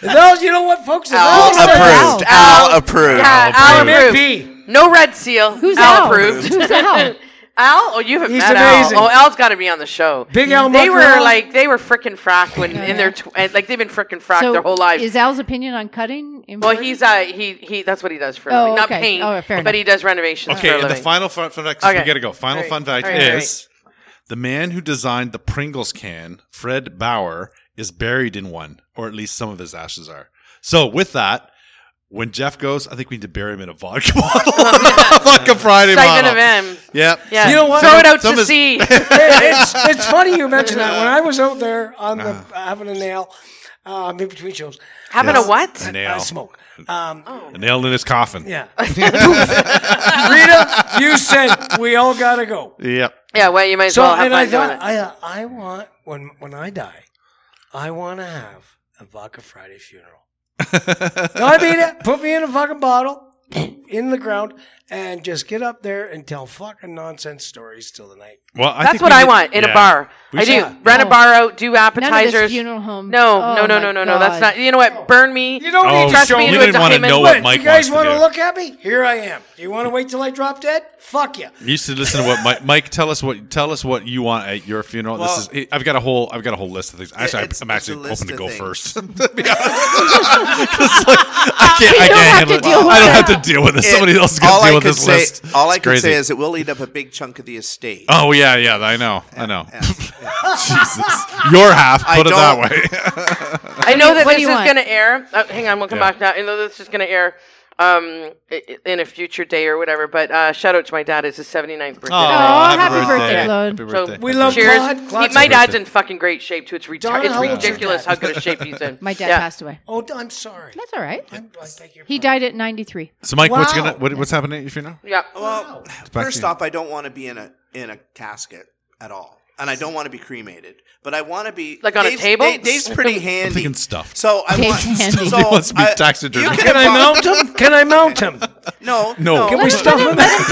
S3: Those, you know what, folks? If
S4: Al
S3: said
S4: approved.
S5: Al.
S4: Al, approved.
S1: yeah,
S2: Al
S1: Al
S3: so, Nick
S1: approved. [LAUGHS]
S3: B.
S1: No red seal.
S5: Who's
S1: Al
S5: out?
S1: approved? [LAUGHS]
S5: Who's out?
S1: Al? Oh, you have
S3: He's
S1: met
S3: amazing.
S1: Al. Oh, Al's got to be on the show.
S3: Big Al
S1: They were
S3: Muckerell.
S1: like they were frickin' fracked when
S5: Yeah.
S1: in their tw- and, like they've been frickin' fracked
S5: so
S1: their whole lives.
S5: Is Al's opinion on cutting?
S1: well,
S5: important?
S1: he's uh he he that's what he does for a
S5: Oh,
S1: living. not
S5: okay.
S1: paint,
S5: Oh, fair
S1: but
S5: enough.
S1: he does renovations
S2: Okay,
S1: for a
S2: and the
S1: living.
S2: final fun, fun fact. 'cause
S1: Okay.
S2: We gotta go. Final
S1: All
S2: fun
S1: right.
S2: fact
S1: All right, all
S2: is the man who designed the Pringles can, Fred Bauer, is buried in one, or at least some of his ashes are. So with that, when Jeff goes, I think we need to bury him in a vodka [LAUGHS]
S1: [LAUGHS]
S2: bottle, vodka Friday
S1: Segment
S2: bottle.
S1: of him.
S2: Yep.
S1: Yeah.
S3: You know what?
S1: Throw it out
S2: Some
S1: to
S2: is- [LAUGHS]
S1: sea.
S3: it's, it's funny you mentioned that. When I was out there on the having a nail, uh, in between shows,
S1: Having a what?
S2: A nail.
S3: I smoke. Um,
S1: Oh.
S2: A nail in his coffin. [LAUGHS]
S1: [LAUGHS]
S3: Yeah. Rita, you said we all gotta go.
S1: [LAUGHS]
S2: Yep.
S1: Yeah, well, you might as
S3: So
S1: well have
S3: and I
S1: fun doing
S3: thought
S1: it.
S3: I uh, I want when when I die, I want to have a vodka Friday funeral. No, I mean [LAUGHS] it. Put me in a fucking bottle, in the ground, and just get up there and tell fucking nonsense stories till the night.
S2: Well, I
S1: That's
S2: think
S1: what
S2: we
S1: I
S2: need-
S1: want in
S2: yeah.
S1: a bar.
S2: We
S1: I do
S3: should-
S1: rent a
S5: No.
S1: bar out, do
S5: None of this
S1: appetizers.
S5: funeral home.
S1: No,
S5: Oh,
S1: no, no,
S5: my
S1: no, no, no. That's
S5: God.
S1: not. You know what? Burn me.
S3: You don't
S2: Oh,
S3: need
S1: Dress
S2: so
S3: to show
S2: you
S1: me
S3: me.
S1: into a
S2: didn't want to
S1: diamond.
S2: know
S1: What?
S2: what Mike
S3: you guys
S2: wants
S3: want
S2: to
S3: to
S2: do.
S3: look at me? Here I am. You want to wait till I drop dead? Fuck you.
S2: You should listen to what Mike. Mike, tell us what tell us what you want at your funeral.
S4: Well-
S2: this is. I've got a whole. I've got a whole list of things. Actually,
S4: it's-
S2: I'm
S4: it's
S2: actually
S4: a list
S2: hoping to
S4: of
S2: go
S4: things.
S2: first. [LAUGHS]
S4: [LAUGHS]
S2: to be honest. 'Cause, like, I can't.
S5: You
S2: I
S5: don't
S2: can't
S5: have
S2: handle
S5: to deal
S2: it.
S5: with
S2: I don't
S5: that.
S2: have to deal with this.
S4: It-
S2: [LAUGHS] Somebody else is going
S4: all
S2: to
S4: I
S2: deal with
S4: could
S2: this
S4: say,
S2: list.
S4: All I
S2: It's
S4: can
S2: crazy.
S4: say is it will eat up a big chunk of the estate.
S2: Oh yeah, yeah. I know. I know.
S4: Yeah.
S2: Jesus, your half.
S4: I
S2: Put it that
S4: don't-
S2: way. [LAUGHS]
S4: [LAUGHS]
S1: I know that
S5: What
S1: this is
S5: do you want?
S1: going to air. Oh, hang on, we'll come
S2: Yeah.
S1: back now. I know this is going to air um, i- i- in a future day or whatever. But uh, shout out to my dad. It's his 79th birthday.
S5: Aw, Oh, happy birthday, Claude.
S2: Happy
S1: So-
S2: birthday.
S3: We love
S1: Cheers.
S3: Claude.
S1: He-
S3: Claude's
S1: my
S3: a-
S1: dad's in fucking great shape too. It's,
S3: Don,
S1: retar- it's
S3: how old's your
S1: ridiculous
S3: dad?
S1: how good a shape he's in.
S5: My dad
S1: Yeah.
S5: passed away.
S3: Oh, I'm sorry.
S5: That's all right.
S3: I'm, I beg your
S5: He
S3: pardon.
S5: died at 93.
S2: So Mike, what's
S3: Wow.
S2: gonna what, what's happening at your funeral?
S1: Yeah.
S2: [LAUGHS]
S4: Well,
S2: back
S4: first
S2: to you.
S4: off, I don't want to be in a in a casket at all, and I don't want to be cremated. But I want to be
S1: Like on a
S4: Dave's-
S1: table?
S4: Dave- Dave's
S2: [LAUGHS]
S4: pretty
S2: I'm
S4: handy.
S2: thinking stuff.
S4: So I
S5: Dave's
S4: want.
S5: handy.
S4: So
S2: He wants to be
S4: I-
S2: taxidermy.
S4: you
S3: Can I mount him? [LAUGHS] Can I mount him?
S4: No,
S2: No.
S4: no.
S2: Can
S3: we
S5: Let him-
S3: stuff
S5: let him-
S3: him?
S5: let him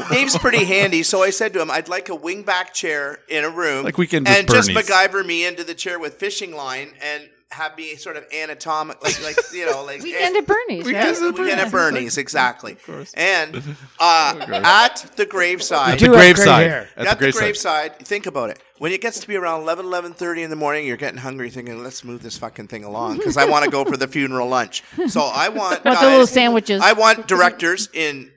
S5: talk.
S4: Dave's pretty handy, so I said to him, "I'd like a wingback chair in a room,
S2: Like Weekend with
S4: and just
S2: Bernie's.
S4: MacGyver me into the chair with fishing line and have me sort of anatomic, like, like you know, like eh,
S5: Weekend
S4: [LAUGHS]
S5: at Bernie's,
S4: Weekend
S5: right?
S4: at Weekend at
S2: [LAUGHS]
S4: Bernie's, exactly. And uh, at the graveside,
S3: You do
S2: the
S3: have great
S2: graveside.
S3: hair.
S4: at the
S2: graveside.
S4: graveside, think about it. When it gets to be around 11, 11.30 in the morning, you're getting hungry, thinking, let's move this fucking thing along because I want to go for the funeral lunch. So I want
S5: Want
S4: guys,
S5: the little sandwiches.
S4: I want directors in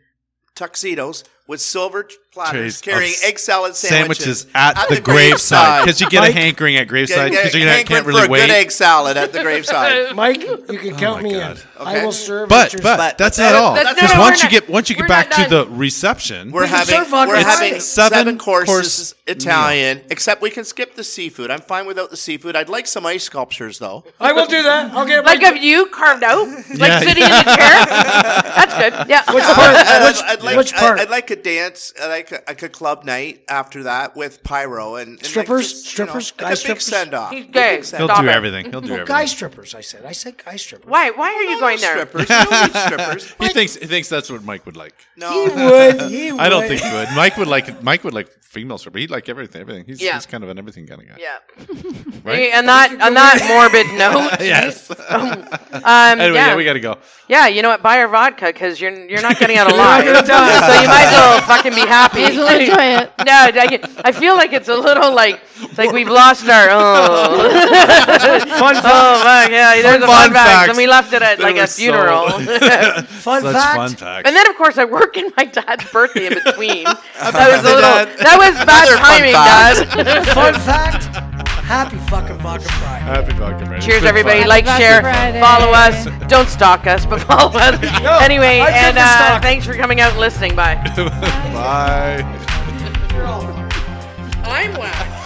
S4: tuxedos with silver t- platters
S2: Trays of
S4: carrying
S2: s-
S4: egg salad
S2: Sandwiches
S4: sandwiches.
S2: at,
S4: At
S2: the,
S4: the
S2: graveside
S4: graveside.
S2: because you get a
S3: Mike-
S2: hankering at graveside
S4: Yeah,
S2: because you can't,
S4: yeah,
S2: can't
S4: hankering
S2: really
S4: for a
S2: wait.
S4: good egg salad at the graveside.
S3: Mike, you can
S2: Oh
S3: count
S2: my
S3: me in.
S2: God.
S4: Okay.
S3: I will serve.
S2: But,
S3: at your-
S2: but
S4: But-
S2: that's
S4: but-
S2: not all.
S4: that's- no,
S2: Because
S4: no,
S1: we're
S2: once you
S1: not-
S2: get once you get
S1: we're
S2: back
S1: not
S2: to the reception,
S4: We're
S3: can
S4: having
S3: serve on
S4: we're
S3: Friday.
S4: having
S2: It's
S4: seven,
S2: seven course
S4: courses Italian, except we can skip the seafood. I'm fine without the seafood. I'd like some ice sculptures though.
S3: I will do that. I'll get a
S1: Like
S3: bite.
S1: of you carved out, like
S2: [LAUGHS] Yeah.
S1: sitting in a chair. That's good. Yeah.
S3: Which
S4: I'd,
S3: part?
S4: I'd-
S3: Which-
S4: I'd like,
S3: which
S4: I'd-
S3: part?
S4: I'd like a dance, I'd like a, like a club night after that with pyro and, and like
S3: Strippers?
S4: just, you
S3: Strippers?
S4: know,
S3: Guy
S4: like a big
S3: strippers?
S4: send off.
S1: He's gay.
S2: he'll
S1: Stop
S2: do
S1: it.
S2: everything. He'll do
S3: Well,
S2: everything.
S3: guy strippers. I said. I said guy
S2: [LAUGHS]
S1: [LAUGHS]
S3: strippers.
S1: Why? Why are you going there?
S4: Strippers. You don't need
S3: [LAUGHS]
S4: strippers.
S2: he thinks he thinks that's what Mike would like.
S3: He
S4: No.
S3: would. He would.
S2: I don't think he would. Mike would like Mike would like female stripper. He'd like everything. Everything. He's,
S1: Yeah.
S2: he's kind of an everything kind of guy.
S1: Yeah.
S2: Right?
S1: On that on that morbid
S2: [LAUGHS]
S1: note.
S2: yes.
S1: Um,
S2: anyway,
S1: yeah.
S2: yeah. we got to go.
S1: yeah. You know what? Buy her vodka because you're you're not getting out alive.
S3: You're not gonna die.
S1: so you might as well fucking be happy.
S5: May
S1: [LAUGHS]
S5: as well enjoy it.
S1: No, I get- I feel like it's a little like it's like we've lost our oh.
S3: Fun fact.
S1: Oh my yeah, there's a
S2: Fun
S1: fun fact,
S2: facts.
S1: and we left it at like
S2: They were
S1: a
S2: so- [LAUGHS]
S1: funeral. and
S3: Fun
S2: Such
S3: fact.
S2: fun facts.
S1: then of course I work in my dad's birthday in between. that was a
S4: Dad.
S1: little that was
S4: Another fun
S1: bad timing, Dad.
S2: [LAUGHS]
S3: [LAUGHS] Fun fact. Happy fucking Vodka Friday.
S2: Happy Vodka Friday. It's
S1: Cheers
S2: been
S1: everybody,
S2: fun.
S1: like,
S5: Happy
S1: share,
S5: Friday.
S1: follow us. Don't stalk us, but follow us.
S3: No,
S1: anyway,
S3: I've
S1: and
S3: been
S1: uh,
S3: stalked.
S1: thanks for
S2: [LAUGHS]
S1: coming out and listening. Bye.
S2: Bye.
S1: I'm wow.